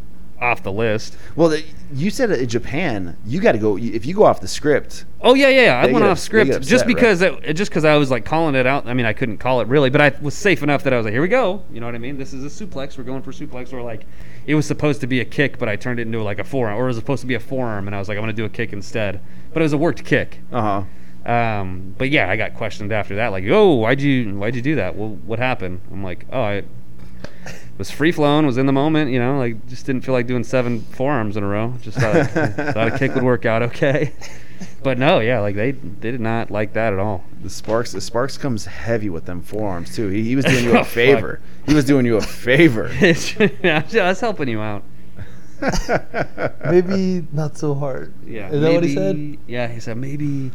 off the list. Well, the, you said in Japan, you got to go if you go off the script. Oh yeah, yeah. yeah. I They went get- off they script get just upset, because it, just because I was like calling it out. I mean, I couldn't call it really, but I was safe enough that I was like, "Here we go." You know what I mean? This is a suplex. We're going for suplex. Or like, it was supposed to be a kick, but I turned it into like a forearm, or it was supposed to be a forearm, and I was like, "I'm gonna do a kick instead." But it was a worked kick. Uh huh. Um, but yeah, I got questioned after that, like, "Oh, why'd you why'd you do that? Well, what happened?" I'm like, "Oh, I was free flowing, was in the moment, you know, like just didn't feel like doing seven forearms in a row. Just thought, thought a kick would work out okay." But no, yeah, like they they did not like that at all. The Sparks, the Sparks comes heavy with them forearms too. He, he was doing you Oh, a favor. he was doing you a favor. I was helping you out. Maybe not so hard. Yeah, Is that what he said? maybe- Yeah, he said maybe,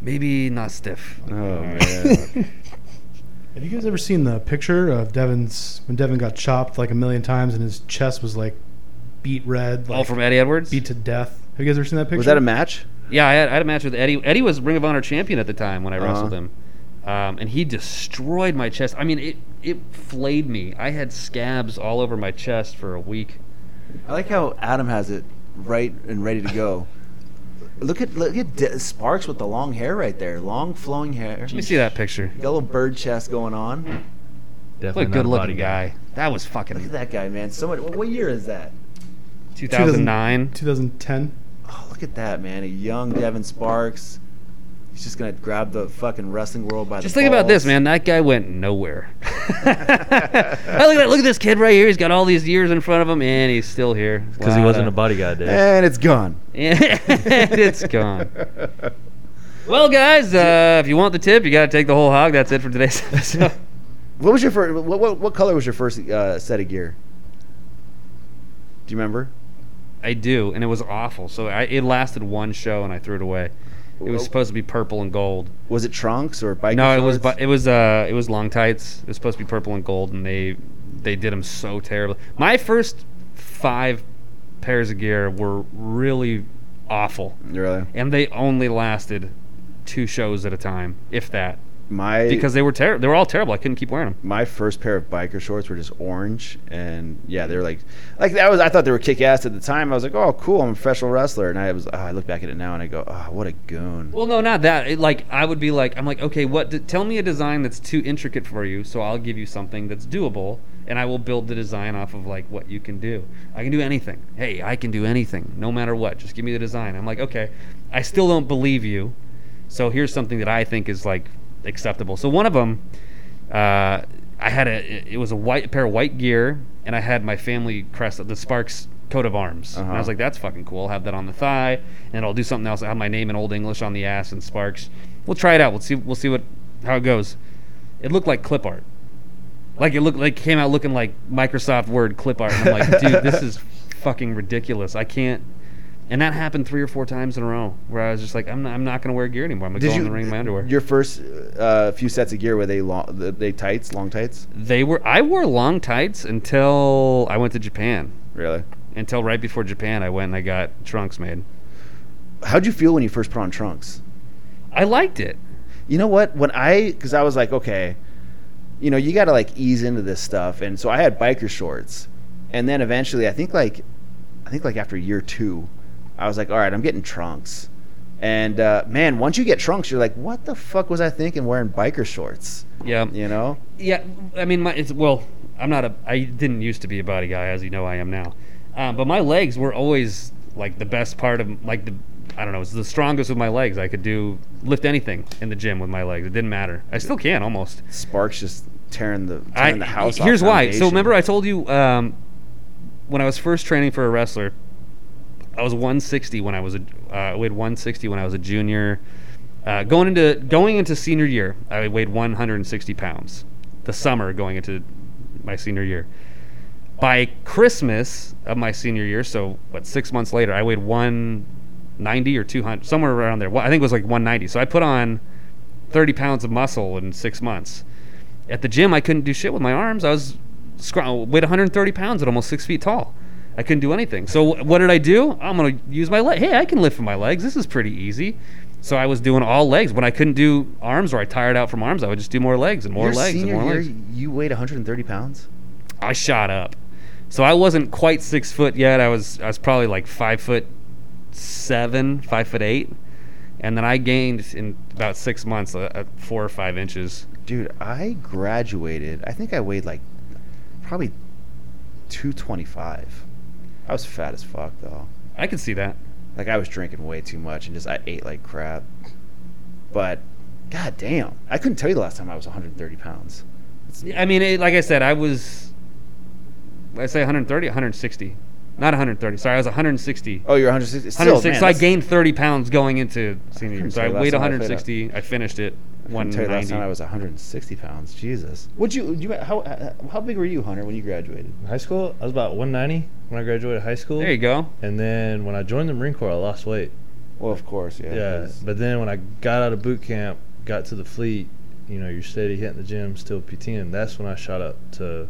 maybe not stiff. Oh man. Have you guys ever seen the picture of Devin's when Devin got chopped like a million times and his chest was like beat red, All like from Eddie Edwards. beat to death? Have you guys ever seen that picture? Was that a match? Yeah, I had, I had a match with Eddie. Eddie was Ring of Honor champion at the time when I Uh-huh. wrestled him, um, and he destroyed my chest. I mean, it it flayed me. I had scabs all over my chest for a week. I like how Adam has it right and ready to go. Look at look at De- Sparks with the long hair right there, long flowing hair, Let me see that picture. yellow bird chest going on. What definitely a not a good looking bodyguard. guy. That was Look fucking at that guy, man. So much. What, what year is that? 2009. 2010. Oh, look at that, man. A young Devin Sparks. He's just gonna grab the fucking wrestling world by the. Just think about this, balls. man. That guy went nowhere. I look at look at this kid right here. He's got all these years in front of him, and he's still here. Because he wasn't a bodyguard, dude. And it's gone. and it's gone. Well, guys, uh, if you want the tip, you got to take the whole hog. That's it for today's episode. What was your first? What, what, what color was your first uh, set of gear? Do you remember? I do, and it was awful. So I, it lasted one show, and I threw it away. It was supposed to be purple and gold. Was it trunks or biker? No, it was shorts? bu- it was uh it was long tights. It was supposed to be purple and gold, and they they did them so terribly. My first five pairs of gear were really awful, really and they only lasted two shows at a time, if that, my because they were terrible. They were all terrible. I couldn't keep wearing them. my first pair of biker shorts were just orange and yeah they were like like that was i thought they were kick-ass at the time i was like oh cool i'm a professional wrestler and i was ah, i look back at it now and i go oh what a goon Well, no, not that. It, like I would be like, I'm like, okay, what? d tell me a design that's too intricate for you, so I'll give you something that's doable, and I will build the design off of like what you can do. I can do anything. Hey, I can do anything, no matter what. Just give me the design. I'm like, okay, I still don't believe you, so here's something that I think is like acceptable. So one of them, uh, I had a it- it was a white a pair of white gear, and I had my family crest, the Sparks coat of arms. And I was like, that's fucking cool. I'll have that on the thigh, and I'll do something else. I have my name in Old English on the ass and Sparks. We'll try it out. We'll see. We'll see what how it goes. It looked like clip art. Like it looked like came out looking like Microsoft Word clip art. And I'm like, dude, this is fucking ridiculous. I can't. And that happened three or four times in a row, where I was just like, I'm not, I'm not gonna wear gear anymore. I'm gonna go in the ring in my underwear. your first uh, few sets of gear were they long they tights long tights They were. I wore long tights until I went to Japan. really Until right before Japan, I went and I got trunks made. how'd you feel when you first put on trunks I liked it. you know what when i because i was like okay you know you gotta like ease into this stuff and so i had biker shorts and then eventually i think like i think like after year two i was like all right i'm getting trunks and uh, man once you get trunks you're like what the fuck was i thinking wearing biker shorts Yeah. you know Yeah. I mean, my it's well. I'm not a. I didn't used to be a body guy, as you know, I am now. Um, but my legs were always like the best part of like the. I don't know. It's the strongest with my legs. I could do lift anything in the gym with my legs. It didn't matter. I still can almost. sparks just tearing the I- tearing the house off Here's why. So Foundation. remember, I told you um, when I was first training for a wrestler, I was 160 when I was a uh, I weighed 160 when I was a junior. Uh, going into going into senior year, I weighed 160 pounds. The summer going into my senior year. By Christmas of my senior year, so what six months later, I weighed 190 or 200, somewhere around there. Well, I think it was like 190. So I put on 30 pounds of muscle in six months. At the gym, I couldn't do shit with my arms. I was scr- weighed 130 pounds at almost six feet tall. I couldn't do anything. So wh- what did I do? I'm gonna use my leg. Hey, I can lift with my legs. This is pretty easy. So I was doing all legs. When I couldn't do arms or I tired out from arms, I would just do more legs and more Your legs and senior more year, legs. You weighed 130 pounds. I shot up. So I wasn't quite six foot yet. I was I was probably like five foot seven, five foot eight, and then I gained in about six months uh, uh, four or five inches. Dude, I graduated. I think I weighed like probably 225. I was fat as fuck though. I could see that. Like I was drinking way too much and just I ate like crap. But god damn, I couldn't tell you the last time I was 130 pounds. I mean, it, like I said, I was I say 130, 160, not 130. Sorry, I was 160. Oh, you're 160. Still, 160. man, so I that's- gained 30 pounds going into senior year. couldn't So I tell you last weighed time I fit 160. I finished it I couldn't tell you the last time I 190. was 160 pounds. Jesus. Would you? You how uh, how big were you, Hunter, when you graduated? In high school, I was about 190 when I graduated high school. There you go. And then when I joined the Marine Corps, I lost weight. Well, of course, yeah. Yeah, but then when I got out of boot camp, got to the fleet, you know, you're steady hitting the gym, still PTing. That's when I shot up to,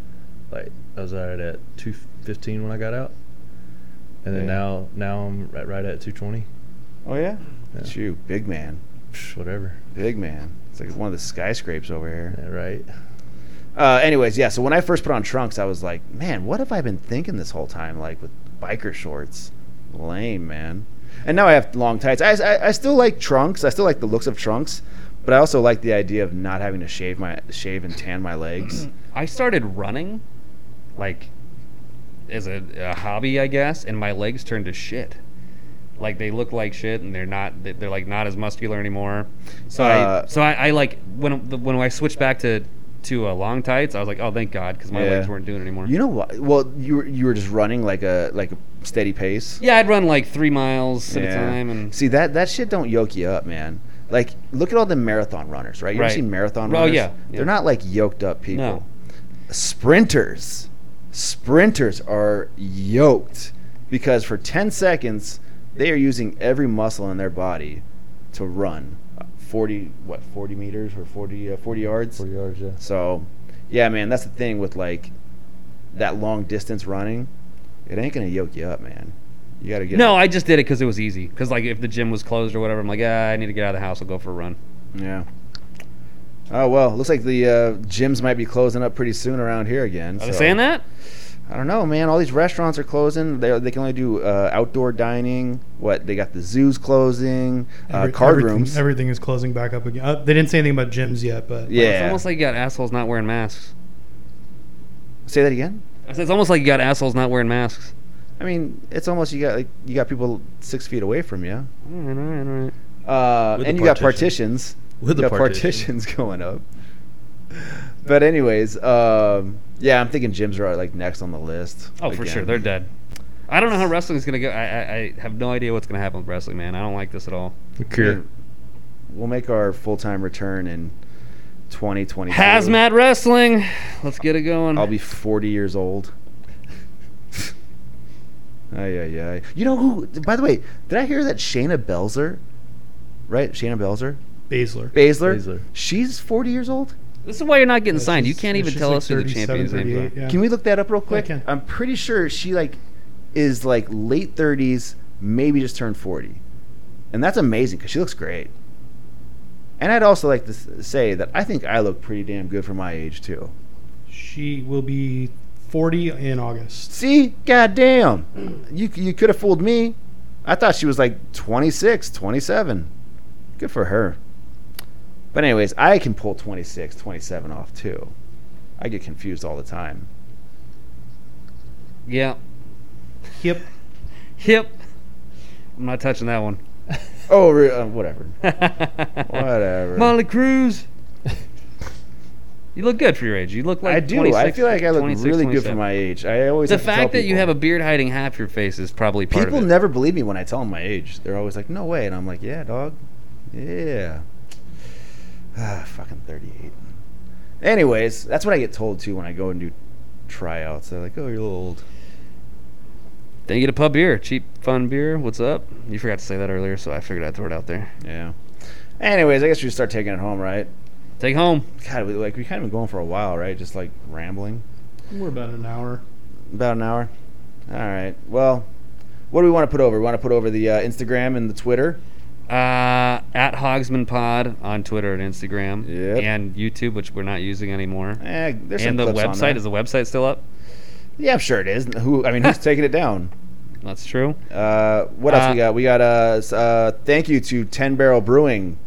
like, I was right at 215 when I got out, and then Yeah. now now I'm right, right at 220, Oh yeah. Yeah. It's you, big man, Psh, whatever. big man. It's like one of the skyscrapes over here. Yeah, right. Uh, anyways, yeah. So when I first put on trunks, I was like, man, what have I been thinking this whole time? Like with biker shorts, lame, man. And now I have long tights. I, I, I still like trunks. I still like the looks of trunks, but I also like the idea of not having to shave my shave and tan my legs. I started running, like, as a, a hobby, I guess, and my legs turned to shit. Like they look like shit, and they're not. they- They're like not as muscular anymore. So I, Uh, so I, I like when when I switched back to to uh, long tights, I was like, oh, thank God, because my Yeah. legs weren't doing it anymore. You know what? Well, you were, you were just running like a like a steady pace. yeah, I'd run like three miles at a Yeah. time, and See that that shit don't yoke you up, man. Like look at all the marathon runners, right? You Right. ever see marathon Oh, runners? yeah, yeah. They're not like yoked up people. No. Sprinters. Sprinters are yoked because for 10 seconds they are using every muscle in their body to run 40 what 40 meters or 40 uh, 40 yards. Four yards, yeah. So, yeah, man, that's the thing with like that long distance running. It ain't going to yoke you up, man. You got to get no, I just did it because it was easy. Because like if the gym was closed or whatever, I'm like, ah, I need to get out of the house. I'll go for a run. Yeah. Oh well, looks like the uh, gyms might be closing up pretty soon around here again. Are they so- saying that? I don't know, man. All these restaurants are closing. They they can only do uh, outdoor dining. What they got the zoos closing, uh, Every- card everything- rooms. Everything is closing back up again. Uh, they didn't say anything about gyms yet, but It's yeah. almost like you got assholes not wearing masks. Say that again. I said, It's almost like you got assholes not wearing masks. I mean, it's almost you got like you got people six feet away from you, All right, all right, all right. uh, With the and you got partition. partitions. With you the got partition. partitions going up. But anyways, um, yeah, I'm thinking gyms are like next on the list. Oh, for again. sure, they're dead. I don't know how wrestling's gonna go. I, I, I have no idea what's gonna happen with wrestling, man. I don't like this at all. Cure. We'll make our full time return in 2020. Hazmat wrestling. Let's get it going. I'll be 40 years old. ay, ay, ay. You know who, by the way, did I hear that Shayna Belzer, right? Shayna Belzer? Baszler. Baszler? Baszler. She's 40 years old? This is why you're not getting Yeah, signed. You she's- can't even she's tell like us who the 37, champions names are. 38, yeah. Can we look that up real quick? can. I'm pretty sure she like is like late 30s, maybe just turned 40. And that's amazing because she looks great. And I'd also like to s- say that I think I look pretty damn good for my age too. She will be 40 in August. See, goddamn, you you could have fooled me. I thought she was like 26, 27. Good for her. But anyways, I can pull 26, 27 off too. I get confused all the time. Yeah. Yep. Hip. I'm not touching that one. Oh, re- uh, whatever, whatever. Molly Cruz. You look good for your age. You look like I do. 26, I feel like I look 26, really good for 27. my age. I always The have to tell fact that you people. have a beard hiding half your face is probably part people of it. never believe me when I tell them my age. They're always like, "No way," and I'm like, "Yeah, dog, yeah." Ah, fucking thirty-eight. Anyways, that's what I get told too when I go and do tryouts. They're like, "Oh, you're a little old." Then you get a pub beer, cheap fun beer. What's up? You forgot to say that earlier, so I figured I'd throw it out there. Yeah. Anyways, I guess we should start taking it home, right? Take home. God, we, like we kind of been going for a while, right? Just like rambling. We're about an hour. About an hour. All right. Well, what do we want to put over? We want to put over the uh, Instagram and the Twitter. Uh, at Hogsman Pod on Twitter and Instagram Yep. and YouTube, which we're not using anymore. Eh, there's some and the clips on there. website is the website still up? Yeah, I'm sure it is. Who? I mean, who's taking it down? That's true. Uh, what else Uh, we got? We got uh, s- uh, thank you to Ten Barrel Brewing,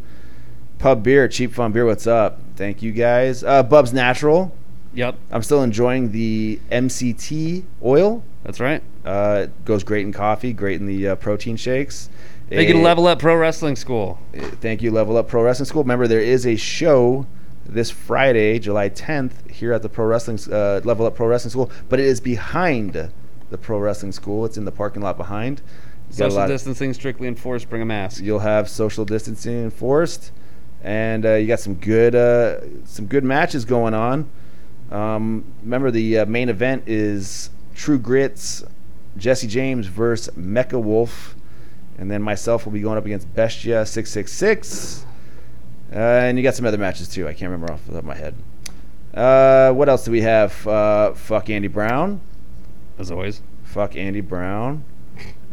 Pub Beer, Cheap Fun Beer. What's up? Thank you guys. Uh, Bub's Natural. Yep, I'm still enjoying the MCT oil. that's right. Uh, it goes great in coffee, great in the uh, protein shakes. They can Eh, level up pro wrestling school. eh, Thank you, Level Up Pro Wrestling School. Remember, there is a show this Friday, July 10th, here at the Pro Wrestling s- uh, Level Up Pro Wrestling School, but it is behind the Pro Wrestling School. It's in the parking lot behind. You got a Social lot of- distancing strictly enforced. Bring a mask. you'll have social distancing enforced, and uh, you got some good uh, some good matches going on. Um, remember, the uh, main event is True Grits, Jesse James versus Mecha Wolf, and then myself will be going up against Bestia six six six. Uh, And you got some other matches too. I can't remember off the top of my head. Uh, what else do we have? Uh, fuck Andy Brown. As always. Fuck Andy Brown.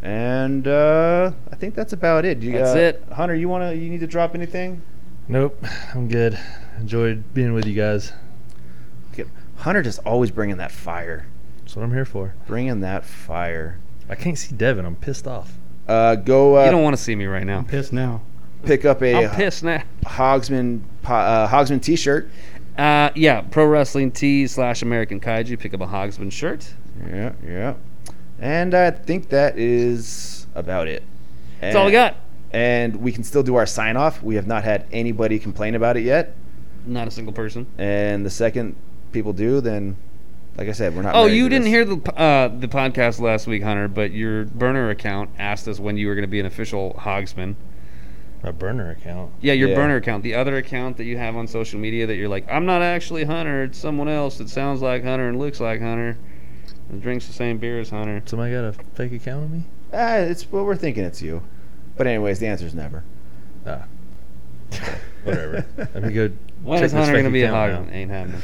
And uh, I think that's about it. Do You, That's uh, it. Hunter. You wanna? You need to drop anything? Nope, I'm good. Enjoyed being with you guys. Get- Hunter just always bringing that fire. That's what I'm here for. Bringing that fire. I can't see Devin. I'm pissed off. Uh, go uh, You don't want to see me right now. Pissed now. pick up a I'm pissed now. Hogsman po- uh, Hogsman T-shirt. Uh, yeah, pro wrestling T slash American Kaiju. Pick up a Hogsman shirt. Yeah, yeah. And I think that is about it. That's all we got. And we can still do our sign off. We have not had anybody complain about it yet. Not a single person. And the second people do, then, like I said, we're not. Oh, married you to didn't this. hear the p- uh, the podcast last week, Hunter, but your burner account asked us when you were going to be an official Hogsman. My burner account. Yeah, your Yeah. burner account, the other account that you have on social media that you're like, I'm not actually Hunter. It's someone else that sounds like Hunter and looks like Hunter and drinks the same beer as Hunter. Somebody got a fake account of me? Ah, it's well, we're thinking it's you. But anyways, the answer's never. Ah. Whatever. Let me go. When check is Hunter this going to fake be a Hogsman? account out. Ain't happening.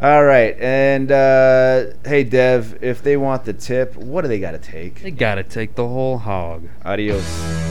All right, and uh, hey, Dev, if they want the tip, what do they got to take? They got to take the whole hog. Adios.